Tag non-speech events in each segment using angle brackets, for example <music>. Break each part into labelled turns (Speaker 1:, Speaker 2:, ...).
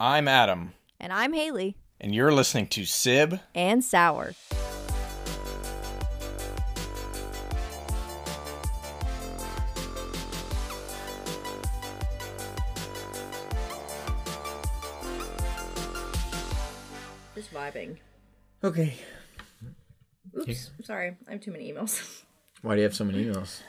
Speaker 1: I'm Adam,
Speaker 2: And I'm Haley.
Speaker 1: and you're listening to Sib.
Speaker 2: And Sour. Just vibing.
Speaker 1: Okay.
Speaker 2: Oops. I'm sorry. I have too many emails. <laughs>
Speaker 1: Why do you have so many emails?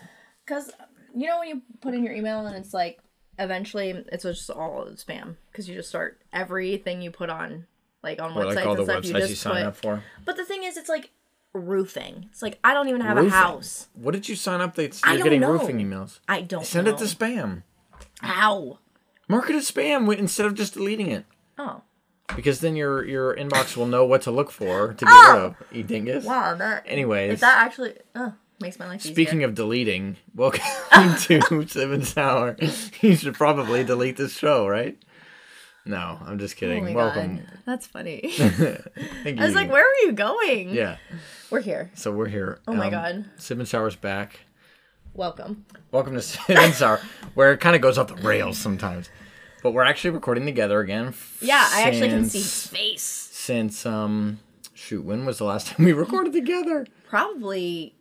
Speaker 2: Because, you know, when you put in your email and it's like, eventually it's just all spam. Because you just start everything you put on, like on
Speaker 1: Or
Speaker 2: websites
Speaker 1: like all
Speaker 2: and
Speaker 1: the
Speaker 2: stuff, you
Speaker 1: websites you,
Speaker 2: just
Speaker 1: sign
Speaker 2: put.
Speaker 1: up for.
Speaker 2: But the thing is, it's like roofing. It's like I don't even have
Speaker 1: Roofing?
Speaker 2: a house.
Speaker 1: What did you sign up that
Speaker 2: I
Speaker 1: you're
Speaker 2: don't
Speaker 1: getting
Speaker 2: know.
Speaker 1: roofing emails?
Speaker 2: I don't
Speaker 1: Send
Speaker 2: know.
Speaker 1: it to spam.
Speaker 2: How?
Speaker 1: Mark it as spam wi- instead of just deleting it.
Speaker 2: Oh,
Speaker 1: Because then your your inbox will know what to look for to get rid of. You dingus.
Speaker 2: Ah! wow. That.
Speaker 1: Anyways.
Speaker 2: if that actually uh, makes my life
Speaker 1: Speaking
Speaker 2: easier.
Speaker 1: of deleting, welcome <laughs> to Seven Sour. You should probably delete this show, right? No, I'm just kidding. welcome.
Speaker 2: Oh
Speaker 1: <laughs>
Speaker 2: That's funny.
Speaker 1: Thank you.
Speaker 2: I was like, where are you going?
Speaker 1: yeah.
Speaker 2: We're here.
Speaker 1: So we're here. Oh
Speaker 2: my God.
Speaker 1: Sib and Sour's back.
Speaker 2: Welcome.
Speaker 1: Welcome to <laughs> Sib and Sour, where it kind of goes off the rails sometimes. But we're actually recording together again. f-
Speaker 2: Yeah, I actually can see
Speaker 1: since-
Speaker 2: his face.
Speaker 1: Since, um, shoot, when was the last time we <laughs> recorded together?
Speaker 2: Probably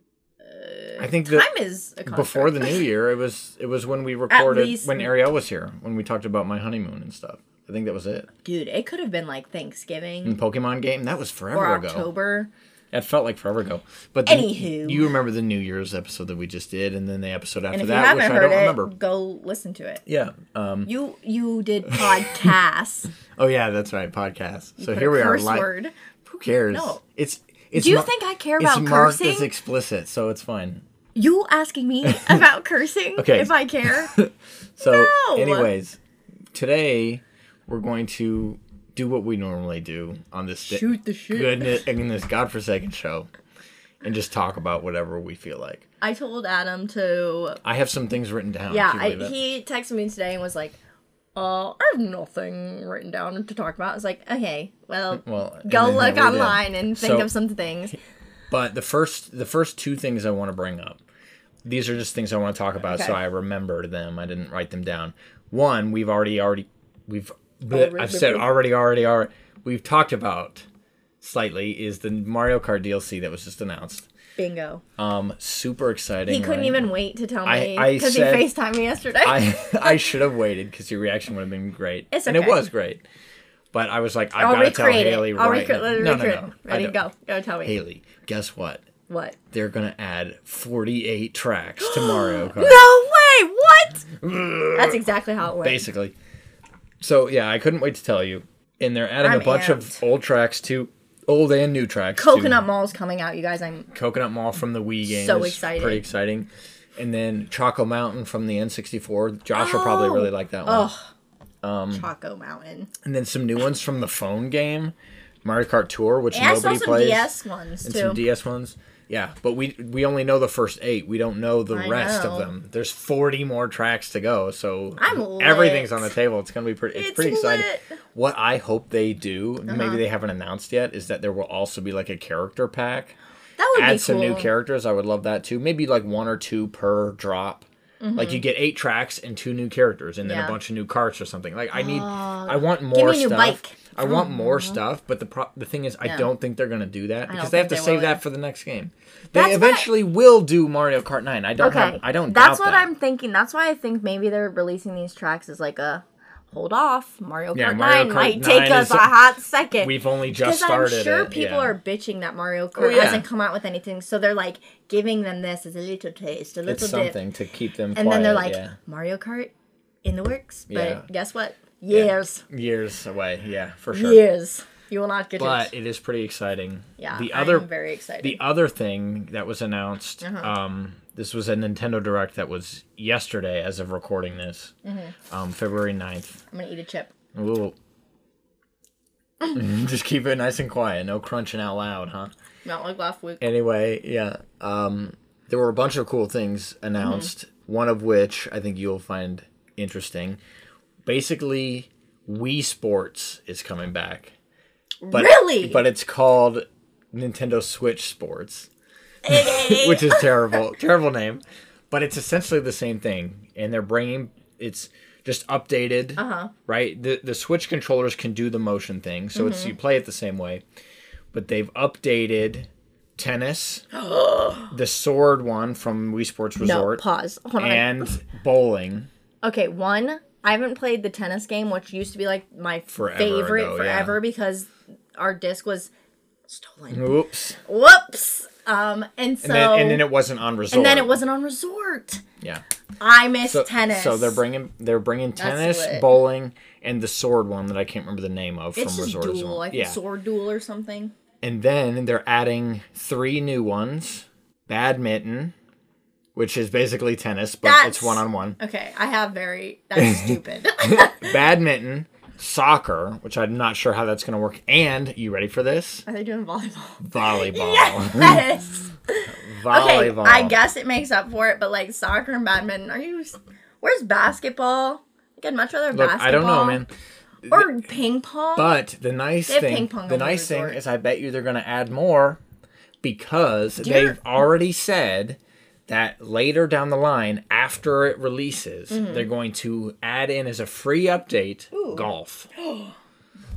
Speaker 1: I think that
Speaker 2: time is a construct.
Speaker 1: before
Speaker 2: <laughs>
Speaker 1: the new year, it was it was when we recorded
Speaker 2: least-
Speaker 1: when Ariel was here, when we talked about my honeymoon and stuff. I think that was it.
Speaker 2: dude. It could have been like Thanksgiving
Speaker 1: Pokemon game. That was forever
Speaker 2: or
Speaker 1: ago.
Speaker 2: October.
Speaker 1: That felt like forever ago. But then
Speaker 2: Anywho.
Speaker 1: you remember the New Year's episode that we just did, and then the episode after
Speaker 2: And if you
Speaker 1: that,
Speaker 2: haven't
Speaker 1: which I
Speaker 2: heard
Speaker 1: don't
Speaker 2: it,
Speaker 1: remember.
Speaker 2: go listen to it.
Speaker 1: Yeah. Um,
Speaker 2: You
Speaker 1: <laughs>
Speaker 2: you did podcasts.
Speaker 1: oh yeah, that's right. Podcast. so
Speaker 2: Put a
Speaker 1: here we are.
Speaker 2: curse
Speaker 1: Li-
Speaker 2: word.
Speaker 1: Who cares?
Speaker 2: No.
Speaker 1: It's. It's
Speaker 2: Do you
Speaker 1: mar-
Speaker 2: think I care
Speaker 1: it's
Speaker 2: about
Speaker 1: marked as
Speaker 2: cursing?
Speaker 1: explicit, so it's fine.
Speaker 2: You
Speaker 1: <laughs>
Speaker 2: asking me about cursing?
Speaker 1: Okay.
Speaker 2: If
Speaker 1: <laughs>
Speaker 2: I care?
Speaker 1: So,
Speaker 2: No!
Speaker 1: anyways, today we're going to do what we normally do on this day.
Speaker 2: Shoot the shit.
Speaker 1: goodness in this godforsaken show and just talk about whatever we feel like.
Speaker 2: I told Adam to.
Speaker 1: I have some things written down.
Speaker 2: Yeah,
Speaker 1: if you
Speaker 2: I,
Speaker 1: believe it.
Speaker 2: he texted me today and was like, uh, I have nothing written down to talk about. I was like, okay, well,
Speaker 1: <laughs> Well, and
Speaker 2: go
Speaker 1: then
Speaker 2: look
Speaker 1: here we did.
Speaker 2: online and think
Speaker 1: So-
Speaker 2: of
Speaker 1: <laughs>
Speaker 2: some things.
Speaker 1: But the first the first two things I want to bring up. These are just things I want to talk about so
Speaker 2: Okay.
Speaker 1: I remember them. I didn't write them down. One, we've already already we've bleh,
Speaker 2: Already-
Speaker 1: I've said already already already we've talked about slightly is the Mario Kart DLC that was just announced.
Speaker 2: Bingo.
Speaker 1: Um super exciting.
Speaker 2: He couldn't
Speaker 1: right?
Speaker 2: even wait to tell
Speaker 1: I-
Speaker 2: me
Speaker 1: I
Speaker 2: because he
Speaker 1: said-
Speaker 2: FaceTimed me yesterday.
Speaker 1: I I should have waited because your reaction would have been great,
Speaker 2: It's
Speaker 1: and it
Speaker 2: okay.
Speaker 1: was great. But I was like, I've
Speaker 2: <laughs> I'll
Speaker 1: got to tell
Speaker 2: recreate it.
Speaker 1: Haley
Speaker 2: I'll
Speaker 1: right
Speaker 2: recreate
Speaker 1: now.
Speaker 2: it.
Speaker 1: No, no, no. I
Speaker 2: Ready?
Speaker 1: don't.
Speaker 2: Go. Go tell me.
Speaker 1: Haley, guess what?
Speaker 2: What?
Speaker 1: They're gonna add 48 tracks to Mario
Speaker 2: <gasps>
Speaker 1: Kart.
Speaker 2: No way!
Speaker 1: <laughs>
Speaker 2: What? That's exactly how it went.
Speaker 1: Basically, so yeah, I couldn't wait to tell you. And they're adding
Speaker 2: I'm
Speaker 1: a bunch
Speaker 2: amped.
Speaker 1: of old tracks to old and new tracks. to-
Speaker 2: Coconut Mall's coming out, you guys. I'm
Speaker 1: Coconut Mall from the Wii game.
Speaker 2: So
Speaker 1: is
Speaker 2: excited.
Speaker 1: Pretty exciting. And then Choco Mountain from the N64. Josh will probably
Speaker 2: Oh.
Speaker 1: really like that one. Mm.
Speaker 2: Choco Mountain.
Speaker 1: and then some new ones from the phone game, Mario Kart Tour, which
Speaker 2: And I saw
Speaker 1: nobody
Speaker 2: some
Speaker 1: plays,
Speaker 2: DS ones
Speaker 1: and
Speaker 2: too.
Speaker 1: some DS ones. Yeah, but we we only know the first eight. We don't know the
Speaker 2: I
Speaker 1: rest
Speaker 2: know.
Speaker 1: of them. There's 40 more tracks to go, so
Speaker 2: I'm
Speaker 1: everything's
Speaker 2: lit.
Speaker 1: on the table. It's gonna be pretty. It's,
Speaker 2: It's
Speaker 1: pretty exciting.
Speaker 2: lit. Uh-huh.
Speaker 1: What I hope they do, maybe they haven't announced yet, is that there will also be like a character pack.
Speaker 2: that would be
Speaker 1: Add
Speaker 2: cool.
Speaker 1: some new characters. I would love that too. Maybe like one or two per drop. Like you get eight tracks and two new characters, and then a
Speaker 2: Mm-hmm. Yeah. Ah.
Speaker 1: bunch of new carts or something. Like I need, I want more
Speaker 2: Give me a new Mm-hmm.
Speaker 1: stuff.
Speaker 2: bike.
Speaker 1: I want more stuff, but the pro- the thing is, I don't think they're gonna do that because they have
Speaker 2: think
Speaker 1: to
Speaker 2: they
Speaker 1: save
Speaker 2: will
Speaker 1: that
Speaker 2: either.
Speaker 1: for the next game. They
Speaker 2: That's what I-
Speaker 1: eventually will do Mario Kart Nine. I don't have, I don't.
Speaker 2: That's
Speaker 1: doubt
Speaker 2: what
Speaker 1: that.
Speaker 2: I'm thinking. That's why I think maybe they're releasing these tracks as like a hold off. Mario Kart
Speaker 1: Yeah, Mario
Speaker 2: 9
Speaker 1: Kart
Speaker 2: might
Speaker 1: 9
Speaker 2: take us
Speaker 1: is-
Speaker 2: a hot second.
Speaker 1: We've only just
Speaker 2: because I'm
Speaker 1: started.
Speaker 2: sure
Speaker 1: it,
Speaker 2: people
Speaker 1: yeah. Oh,
Speaker 2: are bitching that Mario Kart
Speaker 1: yeah.
Speaker 2: hasn't come out with anything, so they're like giving them this as a little taste, a little
Speaker 1: It's
Speaker 2: dip,
Speaker 1: something to keep them.
Speaker 2: and then they're like
Speaker 1: quiet, yeah.
Speaker 2: Mario Kart in the works. But
Speaker 1: Yeah.
Speaker 2: guess what? Years,
Speaker 1: years away. Yeah, for sure.
Speaker 2: years, you will not get
Speaker 1: But
Speaker 2: it.
Speaker 1: it is pretty exciting.
Speaker 2: Yeah,
Speaker 1: The
Speaker 2: I'm
Speaker 1: other
Speaker 2: very excited.
Speaker 1: The other thing that was announced, um, this was a Nintendo Direct that was yesterday as of recording this, um, February 9th.
Speaker 2: I'm gonna eat a chip.
Speaker 1: Ooh. <laughs> Just keep it nice and quiet, no crunching out loud, huh?
Speaker 2: Not like last week.
Speaker 1: Anyway, yeah. Um, there were a bunch of cool things announced, one of which I think you'll find interesting. Basically, Wii Sports is coming back. But,
Speaker 2: Really?
Speaker 1: But it's called Nintendo Switch Sports, <laughs> which is terrible, terrible name. But it's essentially the same thing, and they're bringing it's just updated. Uh-huh. Right? The the Switch controllers can do the motion thing, so it's you
Speaker 2: Mm-hmm.
Speaker 1: play it the same way. But they've updated
Speaker 2: <gasps>
Speaker 1: tennis, the sword one from Wii Sports
Speaker 2: No,
Speaker 1: Resort,
Speaker 2: pause. Hold on.
Speaker 1: and bowling.
Speaker 2: Okay, one, I haven't played the tennis game, which used to be like my
Speaker 1: Forever
Speaker 2: favorite
Speaker 1: ago, yeah.
Speaker 2: forever because our disc was stolen.
Speaker 1: Oops.
Speaker 2: Whoops. Um, and so
Speaker 1: And, then, and then it wasn't on resort.
Speaker 2: then it wasn't on resort.
Speaker 1: Yeah.
Speaker 2: I miss
Speaker 1: So,
Speaker 2: tennis.
Speaker 1: So they're bringing they're bringing tennis,
Speaker 2: lit.
Speaker 1: bowling, and the sword one that I can't remember the name of
Speaker 2: it's
Speaker 1: from
Speaker 2: just
Speaker 1: Resort
Speaker 2: duel,
Speaker 1: as well.
Speaker 2: like
Speaker 1: yeah.
Speaker 2: sword duel or something.
Speaker 1: And then they're adding three new ones: badminton, which is basically tennis, but
Speaker 2: That's-
Speaker 1: it's one on one.
Speaker 2: Okay, I
Speaker 1: <laughs>
Speaker 2: have very that's stupid. <laughs>
Speaker 1: Badminton, soccer, which I'm not sure how that's going to work, and you ready for this?
Speaker 2: Are they doing volleyball?
Speaker 1: Volleyball.
Speaker 2: <laughs> Yes. okay,
Speaker 1: Volleyball.
Speaker 2: I guess it makes up for it, but like soccer and badminton, are you? Where's basketball? Like, I'd much rather
Speaker 1: Look,
Speaker 2: basketball.
Speaker 1: I don't know, man.
Speaker 2: Or ping pong.
Speaker 1: But the nice
Speaker 2: have
Speaker 1: thing,
Speaker 2: ping pong
Speaker 1: the
Speaker 2: on the
Speaker 1: nice thing
Speaker 2: resort.
Speaker 1: is, I bet you they're going to add more because
Speaker 2: You're-
Speaker 1: they've already said that later down the line, after it releases,
Speaker 2: Mm-hmm.
Speaker 1: they're going to add in as a free update
Speaker 2: <gasps>
Speaker 1: golf.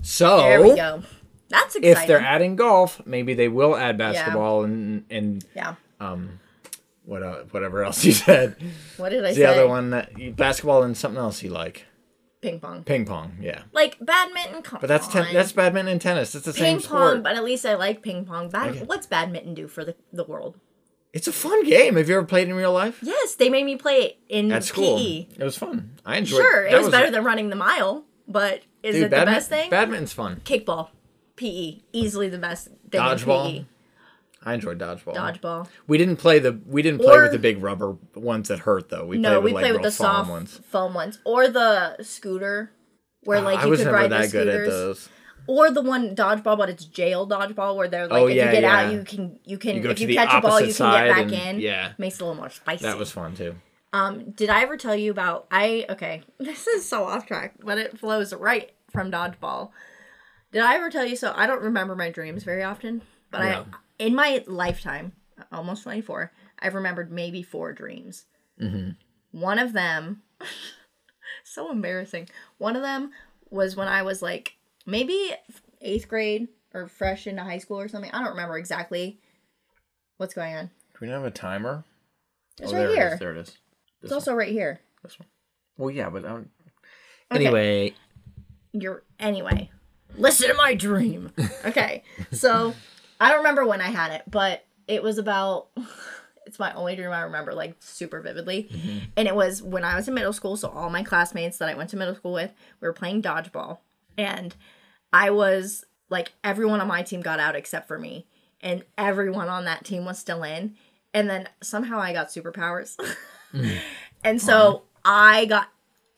Speaker 1: So
Speaker 2: there we go. That's exciting.
Speaker 1: if they're adding golf, maybe they will add basketball and and
Speaker 2: yeah.
Speaker 1: what uh, whatever else you <laughs> said.
Speaker 2: What did I say?
Speaker 1: The other one that you, basketball and something else you like
Speaker 2: Ping pong.
Speaker 1: ping pong, yeah.
Speaker 2: Like badminton. Come
Speaker 1: But that's ten-
Speaker 2: on.
Speaker 1: that's badminton and tennis. It's the same
Speaker 2: ping
Speaker 1: sport.
Speaker 2: pong. But at least I like ping pong. Bad- What's badminton do for the, the world?
Speaker 1: It's a fun game. Have you ever played in real life?
Speaker 2: Yes, they made me play it in
Speaker 1: At school.
Speaker 2: PE.
Speaker 1: It was fun. I enjoyed
Speaker 2: Sure, it
Speaker 1: that
Speaker 2: was, better than running the mile, but is
Speaker 1: Dude,
Speaker 2: it the
Speaker 1: badmin-
Speaker 2: best thing?
Speaker 1: Badminton's fun.
Speaker 2: Kickball, PE, easily the best thing.
Speaker 1: Dodgeball.
Speaker 2: Dodgeball,
Speaker 1: I enjoyed dodgeball.
Speaker 2: dodgeball.
Speaker 1: We didn't play the we didn't play
Speaker 2: Or-
Speaker 1: with the big rubber ones that hurt though. We
Speaker 2: No,
Speaker 1: played
Speaker 2: we
Speaker 1: with like
Speaker 2: play
Speaker 1: real
Speaker 2: with the
Speaker 1: foam
Speaker 2: soft
Speaker 1: ones. Ah,
Speaker 2: foam ones, or the scooter, where like
Speaker 1: I
Speaker 2: you
Speaker 1: was
Speaker 2: could
Speaker 1: never
Speaker 2: ride the
Speaker 1: that good
Speaker 2: scooters,
Speaker 1: at those.
Speaker 2: or the one dodgeball, but it's jail dodgeball, where they're like,
Speaker 1: Oh,
Speaker 2: if
Speaker 1: yeah,
Speaker 2: you get
Speaker 1: yeah.
Speaker 2: out, you can you can
Speaker 1: You go
Speaker 2: if
Speaker 1: to
Speaker 2: you
Speaker 1: the
Speaker 2: catch a ball,
Speaker 1: opposite
Speaker 2: you can get
Speaker 1: side
Speaker 2: back
Speaker 1: and-
Speaker 2: in.
Speaker 1: yeah.
Speaker 2: makes it a little more spicy.
Speaker 1: That was fun too.
Speaker 2: Um, did I ever tell you about I okay, <laughs> this is so off track, but it flows right from dodgeball. Did I ever tell you so I don't remember my dreams very often, but
Speaker 1: No.
Speaker 2: I in my lifetime, almost 24, I've remembered maybe four dreams.
Speaker 1: Mm-hmm.
Speaker 2: One of them <laughs> so embarrassing. One of them was when I was like maybe 8th grade or fresh into high school or something. I don't remember exactly what's going on.
Speaker 1: Do we not have a timer?
Speaker 2: It's
Speaker 1: oh,
Speaker 2: right
Speaker 1: there
Speaker 2: here.
Speaker 1: it is. There it is.
Speaker 2: it's also right here.
Speaker 1: This one. Well, yeah, but um, I don't...
Speaker 2: Okay.
Speaker 1: anyway,
Speaker 2: you're anyway listen to my dream okay so i don't remember when i had it but it was about <laughs> it's my only dream i remember like super vividly and it was when i was in middle school so all my classmates that i went to middle school with we were playing dodgeball and i was like everyone on my team got out except for me and everyone on that team was still in and then somehow i got superpowers <laughs> and so i got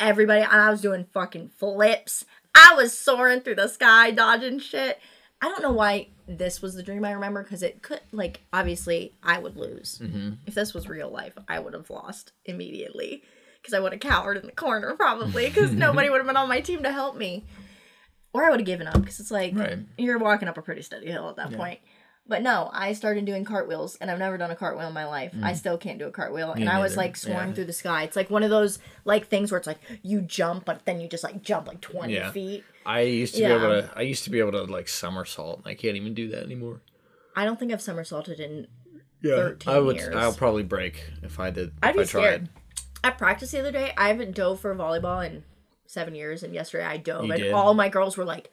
Speaker 2: everybody and I was doing fucking flips. I was soaring through the sky, dodging shit. I don't know why this was the dream I remember because it could, like, obviously I would lose.
Speaker 1: Mm-hmm.
Speaker 2: If this was real life, I would have lost immediately because I would have cowered in the corner probably
Speaker 1: <laughs>
Speaker 2: because nobody would have been on my team to help me. Or I would have given up because it's like
Speaker 1: Right.
Speaker 2: you're walking up a pretty steady hill at that point. But no, I started doing cartwheels and I've never done a cartwheel in my life. I still can't do a cartwheel. and I was
Speaker 1: Mm. neither.
Speaker 2: like soaring
Speaker 1: Yeah.
Speaker 2: through the sky. It's like one of those like things where it's like you jump, but then you just like jump like twenty
Speaker 1: Yeah.
Speaker 2: feet.
Speaker 1: I used to
Speaker 2: Yeah.
Speaker 1: be able to. I used to be able to like somersault. and I can't even do that anymore.
Speaker 2: I don't think I've somersaulted in.
Speaker 1: Yeah,
Speaker 2: 13
Speaker 1: I would.
Speaker 2: years.
Speaker 1: I'll probably break if I did.
Speaker 2: I'd
Speaker 1: if
Speaker 2: be
Speaker 1: I
Speaker 2: scared. I practiced the other day. I haven't dove for volleyball in seven years, and yesterday I dove,
Speaker 1: You
Speaker 2: and
Speaker 1: did?
Speaker 2: all my girls were like,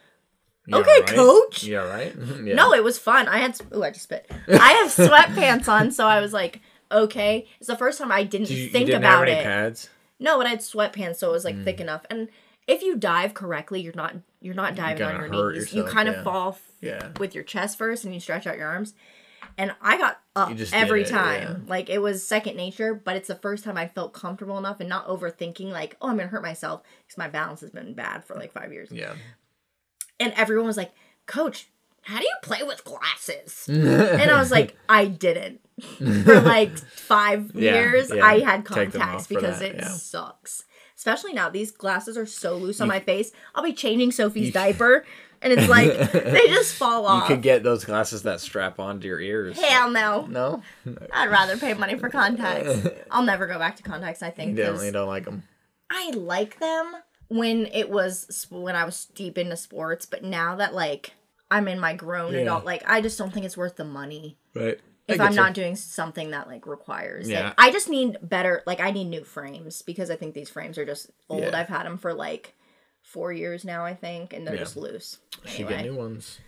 Speaker 1: Yeah,
Speaker 2: Okay,
Speaker 1: right?
Speaker 2: coach.
Speaker 1: Yeah, right. <laughs> yeah.
Speaker 2: "No, it was fun." I had ooh, I just spit. I have sweatpants on, so I was like, "Okay." It's the first time I didn't
Speaker 1: Did you, you
Speaker 2: think
Speaker 1: didn't have
Speaker 2: about
Speaker 1: any
Speaker 2: it.
Speaker 1: pads.
Speaker 2: No, but I had sweatpants, so it was like thick
Speaker 1: Mm.
Speaker 2: enough. And if you dive correctly, you're not you're not diving on
Speaker 1: kinda
Speaker 2: your
Speaker 1: hurt
Speaker 2: knees. you
Speaker 1: yourself,
Speaker 2: kind
Speaker 1: yeah.
Speaker 2: of fall f-
Speaker 1: Yeah.
Speaker 2: with your chest first, and you stretch out your arms. And I got up
Speaker 1: You just did
Speaker 2: every
Speaker 1: it,
Speaker 2: time, like it was second nature. But it's the first time I felt comfortable enough and not overthinking, like, oh, I'm gonna hurt myself because my balance has been bad for like five years.
Speaker 1: Yeah.
Speaker 2: And everyone was like, Coach, how do you play
Speaker 1: <laughs>
Speaker 2: with glasses? and I was like, I didn't. for like five
Speaker 1: Yeah,
Speaker 2: years,
Speaker 1: yeah.
Speaker 2: I had
Speaker 1: Take them
Speaker 2: contacts
Speaker 1: off for
Speaker 2: because
Speaker 1: that,
Speaker 2: it
Speaker 1: yeah.
Speaker 2: sucks. Especially now, these glasses are so loose on my face. I'll be changing Sophie's diaper, and
Speaker 1: <laughs>
Speaker 2: it's like they just fall
Speaker 1: You
Speaker 2: off.
Speaker 1: could get those glasses that strap onto your ears.
Speaker 2: Uh, Hell no!
Speaker 1: No, <laughs>
Speaker 2: I'd rather pay money for contacts. I'll never go back to contacts. I think
Speaker 1: definitely
Speaker 2: 'cause
Speaker 1: don't like them.
Speaker 2: I like them when it was sp- when I was deep into sports, but now that like I'm in my grown
Speaker 1: Yeah.
Speaker 2: adult, like I just don't think it's worth the money
Speaker 1: Right. I
Speaker 2: if
Speaker 1: get
Speaker 2: I'm
Speaker 1: you.
Speaker 2: not doing something that like requires it.
Speaker 1: Yeah.
Speaker 2: I just need better. Like I need new frames because I think these frames are just old.
Speaker 1: Yeah.
Speaker 2: I've had them for like four years now, I think, and they're
Speaker 1: Yeah.
Speaker 2: just loose.
Speaker 1: should get
Speaker 2: Anyway,
Speaker 1: new ones.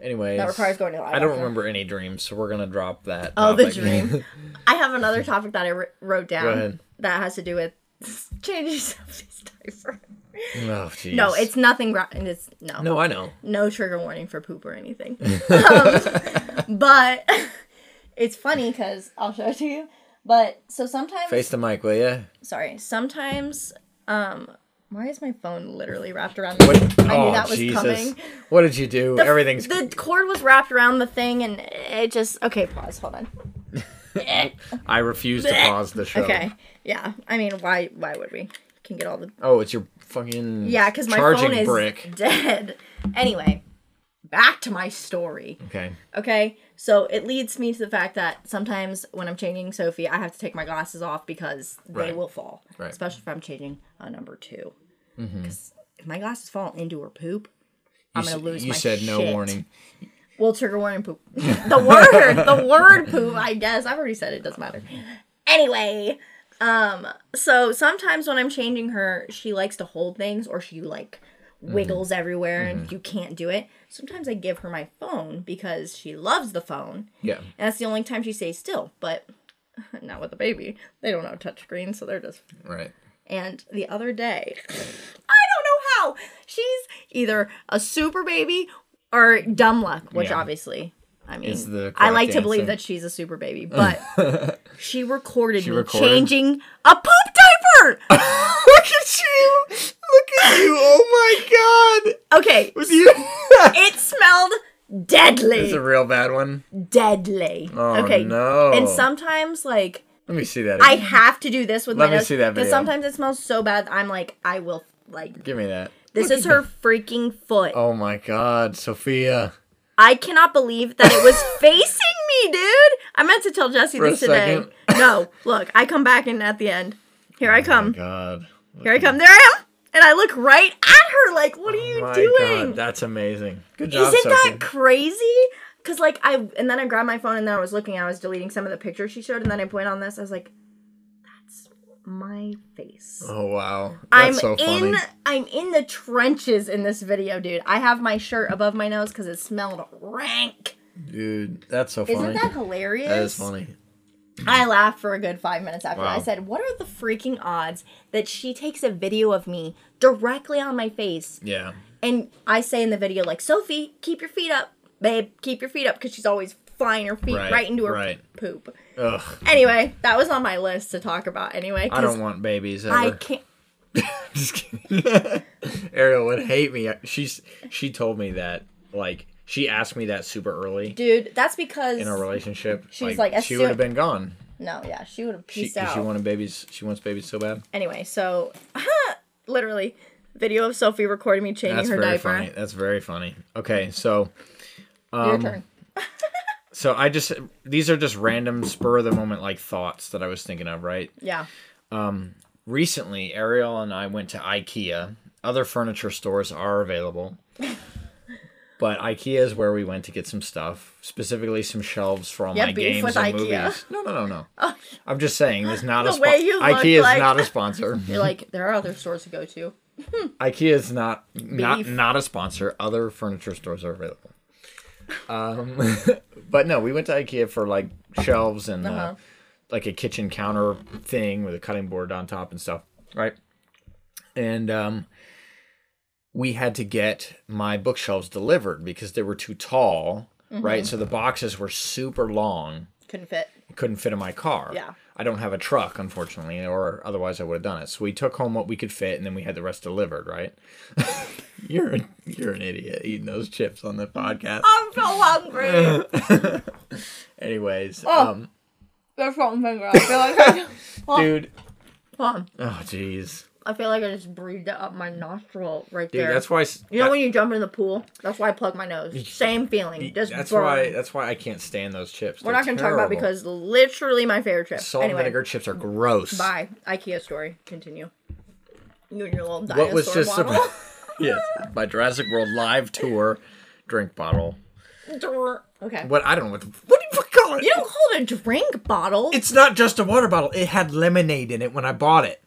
Speaker 1: Anyways,
Speaker 2: that requires going to. the eye
Speaker 1: I don't
Speaker 2: doctor.
Speaker 1: remember any dreams, so we're gonna drop that.
Speaker 2: Oh, the
Speaker 1: topic.
Speaker 2: dream. I have another topic that I wr- wrote down
Speaker 1: ahead.
Speaker 2: that has to do with <laughs> changing somebody's diaper.
Speaker 1: <laughs> oh, jeez.
Speaker 2: No, it's nothing. Gra- it's no, no,
Speaker 1: no. I know.
Speaker 2: trigger warning for poop or
Speaker 1: <laughs>
Speaker 2: anything. Um, but <laughs> it's funny because I'll show it to you. But so sometimes,
Speaker 1: Face the mic, will ya?
Speaker 2: sorry, sometimes. Um, why is my phone literally wrapped around?
Speaker 1: What?
Speaker 2: I
Speaker 1: oh,
Speaker 2: knew that was
Speaker 1: Jesus.
Speaker 2: coming.
Speaker 1: What did you do? Everything's.
Speaker 2: The cord was wrapped around the thing, and it just okay. Pause. Hold on.
Speaker 1: <laughs> I refuse
Speaker 2: <laughs>
Speaker 1: to pause the show.
Speaker 2: Okay. Yeah. I mean, why? Why would we? Can get all the
Speaker 1: Oh, it's your fucking.
Speaker 2: Yeah, because my
Speaker 1: charging
Speaker 2: phone is
Speaker 1: brick.
Speaker 2: <laughs> dead. Anyway, back to my story.
Speaker 1: Okay.
Speaker 2: Okay, so it leads me to the fact that sometimes when I'm changing Sophie, I have to take my glasses off because they
Speaker 1: Right.
Speaker 2: will fall,
Speaker 1: Right. Mm-hmm.
Speaker 2: especially if I'm changing a number two. Because if my glasses fall into her poop, I'm
Speaker 1: You
Speaker 2: gonna
Speaker 1: s-
Speaker 2: lose.
Speaker 1: You
Speaker 2: my
Speaker 1: said no
Speaker 2: shit.
Speaker 1: warning.
Speaker 2: Well, trigger warning poop. <laughs> the word, the word poop. I guess I've already said it. Doesn't matter. Anyway, um, so sometimes when I'm changing her, she likes to hold things or she like
Speaker 1: Mm-hmm.
Speaker 2: wiggles everywhere and you can't do it. Sometimes I give her my phone because she loves the phone.
Speaker 1: Yeah.
Speaker 2: And that's the only time she stays still, but <laughs> not with the baby. They don't have touchscreen, so they're just
Speaker 1: Right.
Speaker 2: and the other day, <sighs> I don't know how she's either a super baby or dumb luck, which
Speaker 1: Yeah.
Speaker 2: obviously, I mean,
Speaker 1: Is the
Speaker 2: I like
Speaker 1: correct
Speaker 2: to believe
Speaker 1: answer.
Speaker 2: that she's a
Speaker 1: <laughs>
Speaker 2: super baby, but she recorded me
Speaker 1: recorded?
Speaker 2: changing a poop
Speaker 1: <laughs>
Speaker 2: <laughs> diaper.
Speaker 1: Look at you! Look at you! Oh my god!
Speaker 2: Okay,
Speaker 1: With
Speaker 2: <laughs>
Speaker 1: you.
Speaker 2: it smelled deadly,
Speaker 1: It's a real bad one.
Speaker 2: deadly.
Speaker 1: Oh,
Speaker 2: okay,
Speaker 1: no.
Speaker 2: and sometimes like.
Speaker 1: Let me see that.
Speaker 2: I
Speaker 1: Again.
Speaker 2: have to do this with
Speaker 1: Let
Speaker 2: my
Speaker 1: me
Speaker 2: nose
Speaker 1: see that video.
Speaker 2: sometimes it smells so bad. I'm like, I will like.
Speaker 1: Give me that.
Speaker 2: This is her freaking foot.
Speaker 1: Oh my god, Sophia.
Speaker 2: I cannot believe that it
Speaker 1: <laughs>
Speaker 2: was facing me, dude. I meant to tell Jesse
Speaker 1: a
Speaker 2: this today.
Speaker 1: second. Oh
Speaker 2: No, look, I come back and at the end. Here I come.
Speaker 1: God.
Speaker 2: Here I come. There I am. And I look right at her like, what are you
Speaker 1: Oh My
Speaker 2: doing?
Speaker 1: god, that's amazing. Good job,
Speaker 2: Isn't
Speaker 1: Sophia.
Speaker 2: that crazy? Cause like I and then I grabbed my phone and then I was looking, I was deleting some of the pictures she showed, and then I went on this, I was like, That's my face.
Speaker 1: Oh wow.
Speaker 2: I'm
Speaker 1: That's so funny.
Speaker 2: in I'm in the trenches in this video, dude. I have my shirt above my nose because it smelled rank.
Speaker 1: Dude, that's so
Speaker 2: Isn't
Speaker 1: funny.
Speaker 2: that hilarious?
Speaker 1: that is funny.
Speaker 2: I laughed for a good five minutes after.
Speaker 1: Wow.
Speaker 2: I said, What are the freaking odds that she takes a video of me directly on my face?
Speaker 1: Yeah.
Speaker 2: And I say in the video, like, Sophie, keep your feet up. Babe, keep your feet up. Because she's always flying her feet right,
Speaker 1: Right,
Speaker 2: into her
Speaker 1: right.
Speaker 2: poop.
Speaker 1: Ugh.
Speaker 2: Anyway, that was on my list to talk about anyway.
Speaker 1: I
Speaker 2: 'cause
Speaker 1: don't want babies ever.
Speaker 2: I can't.
Speaker 1: Just kidding. <laughs> Ariel would hate me. She's she told me that like she asked me that super early
Speaker 2: Dude, that's because.
Speaker 1: in our relationship.
Speaker 2: She's like, as
Speaker 1: she
Speaker 2: soon-
Speaker 1: would have been gone.
Speaker 2: no, yeah, she would have
Speaker 1: She,
Speaker 2: peaced out.
Speaker 1: she wanted babies. She wants babies so bad.
Speaker 2: Anyway, so <laughs> literally, video of Sophie recording me changing
Speaker 1: That's
Speaker 2: her
Speaker 1: very
Speaker 2: diaper.
Speaker 1: funny. Um, That's very funny. Okay, so
Speaker 2: Your turn.
Speaker 1: so I just these are just random spur of the moment like thoughts that I was thinking of, right?
Speaker 2: Yeah.
Speaker 1: Recently, Ariel and I went to IKEA. Other furniture stores are
Speaker 2: <laughs>
Speaker 1: available. But IKEA is where we went to get some stuff, specifically some shelves for all
Speaker 2: Yeah,
Speaker 1: my
Speaker 2: beef
Speaker 1: games
Speaker 2: with
Speaker 1: and
Speaker 2: IKEA. Oh,
Speaker 1: movies. No, no, no,
Speaker 2: <laughs>
Speaker 1: no. I'm just saying, there's not a
Speaker 2: The
Speaker 1: spon-
Speaker 2: way you look
Speaker 1: IKEA
Speaker 2: like-
Speaker 1: is not a sponsor.
Speaker 2: You're like, there are other stores to go to.
Speaker 1: IKEA is not not
Speaker 2: Beef.
Speaker 1: not a sponsor. Other furniture stores are available. Um, <laughs> but no, we went to IKEA for like shelves and uh
Speaker 2: Uh-huh.
Speaker 1: like a kitchen counter thing with a cutting board on top and stuff, right? And um, we had to get my bookshelves delivered because they were too tall,
Speaker 2: Mm-hmm.
Speaker 1: right? So the boxes were super long
Speaker 2: Couldn't fit.
Speaker 1: couldn't fit in my car.
Speaker 2: Yeah.
Speaker 1: I don't have a truck, unfortunately, or otherwise I would have done it. So we took home what we could fit, and then we had the rest delivered. Right? <laughs> you're you're an idiot eating those chips on the podcast.
Speaker 2: I'm so
Speaker 1: <laughs>
Speaker 2: hungry.
Speaker 1: Anyways,
Speaker 2: Oh.
Speaker 1: um,
Speaker 2: There's something finger. I feel like I just, <laughs>
Speaker 1: dude.
Speaker 2: Hold on.
Speaker 1: Oh, jeez,
Speaker 2: I feel like I just breathed it up my nostril right
Speaker 1: dude.
Speaker 2: there.
Speaker 1: That's why. s-
Speaker 2: you know
Speaker 1: that-
Speaker 2: when you jump in the pool? That's why I plug my nose. Same feeling. Just
Speaker 1: that's
Speaker 2: burn.
Speaker 1: why. That's why I can't stand those chips.
Speaker 2: We're not
Speaker 1: going
Speaker 2: gonna
Speaker 1: to
Speaker 2: talk about it because literally my favorite trip.
Speaker 1: salt
Speaker 2: anyway,
Speaker 1: and vinegar chips are gross.
Speaker 2: bye. IKEA story. Continue. You and your little dinosaur
Speaker 1: What was just
Speaker 2: bottle. <laughs>
Speaker 1: surprised? <laughs> yes, my Jurassic World live tour drink bottle.
Speaker 2: okay.
Speaker 1: What I don't know what the, what do you fucking call it?
Speaker 2: You don't call it a drink bottle.
Speaker 1: It's not just a water bottle. It had lemonade in it when I bought it.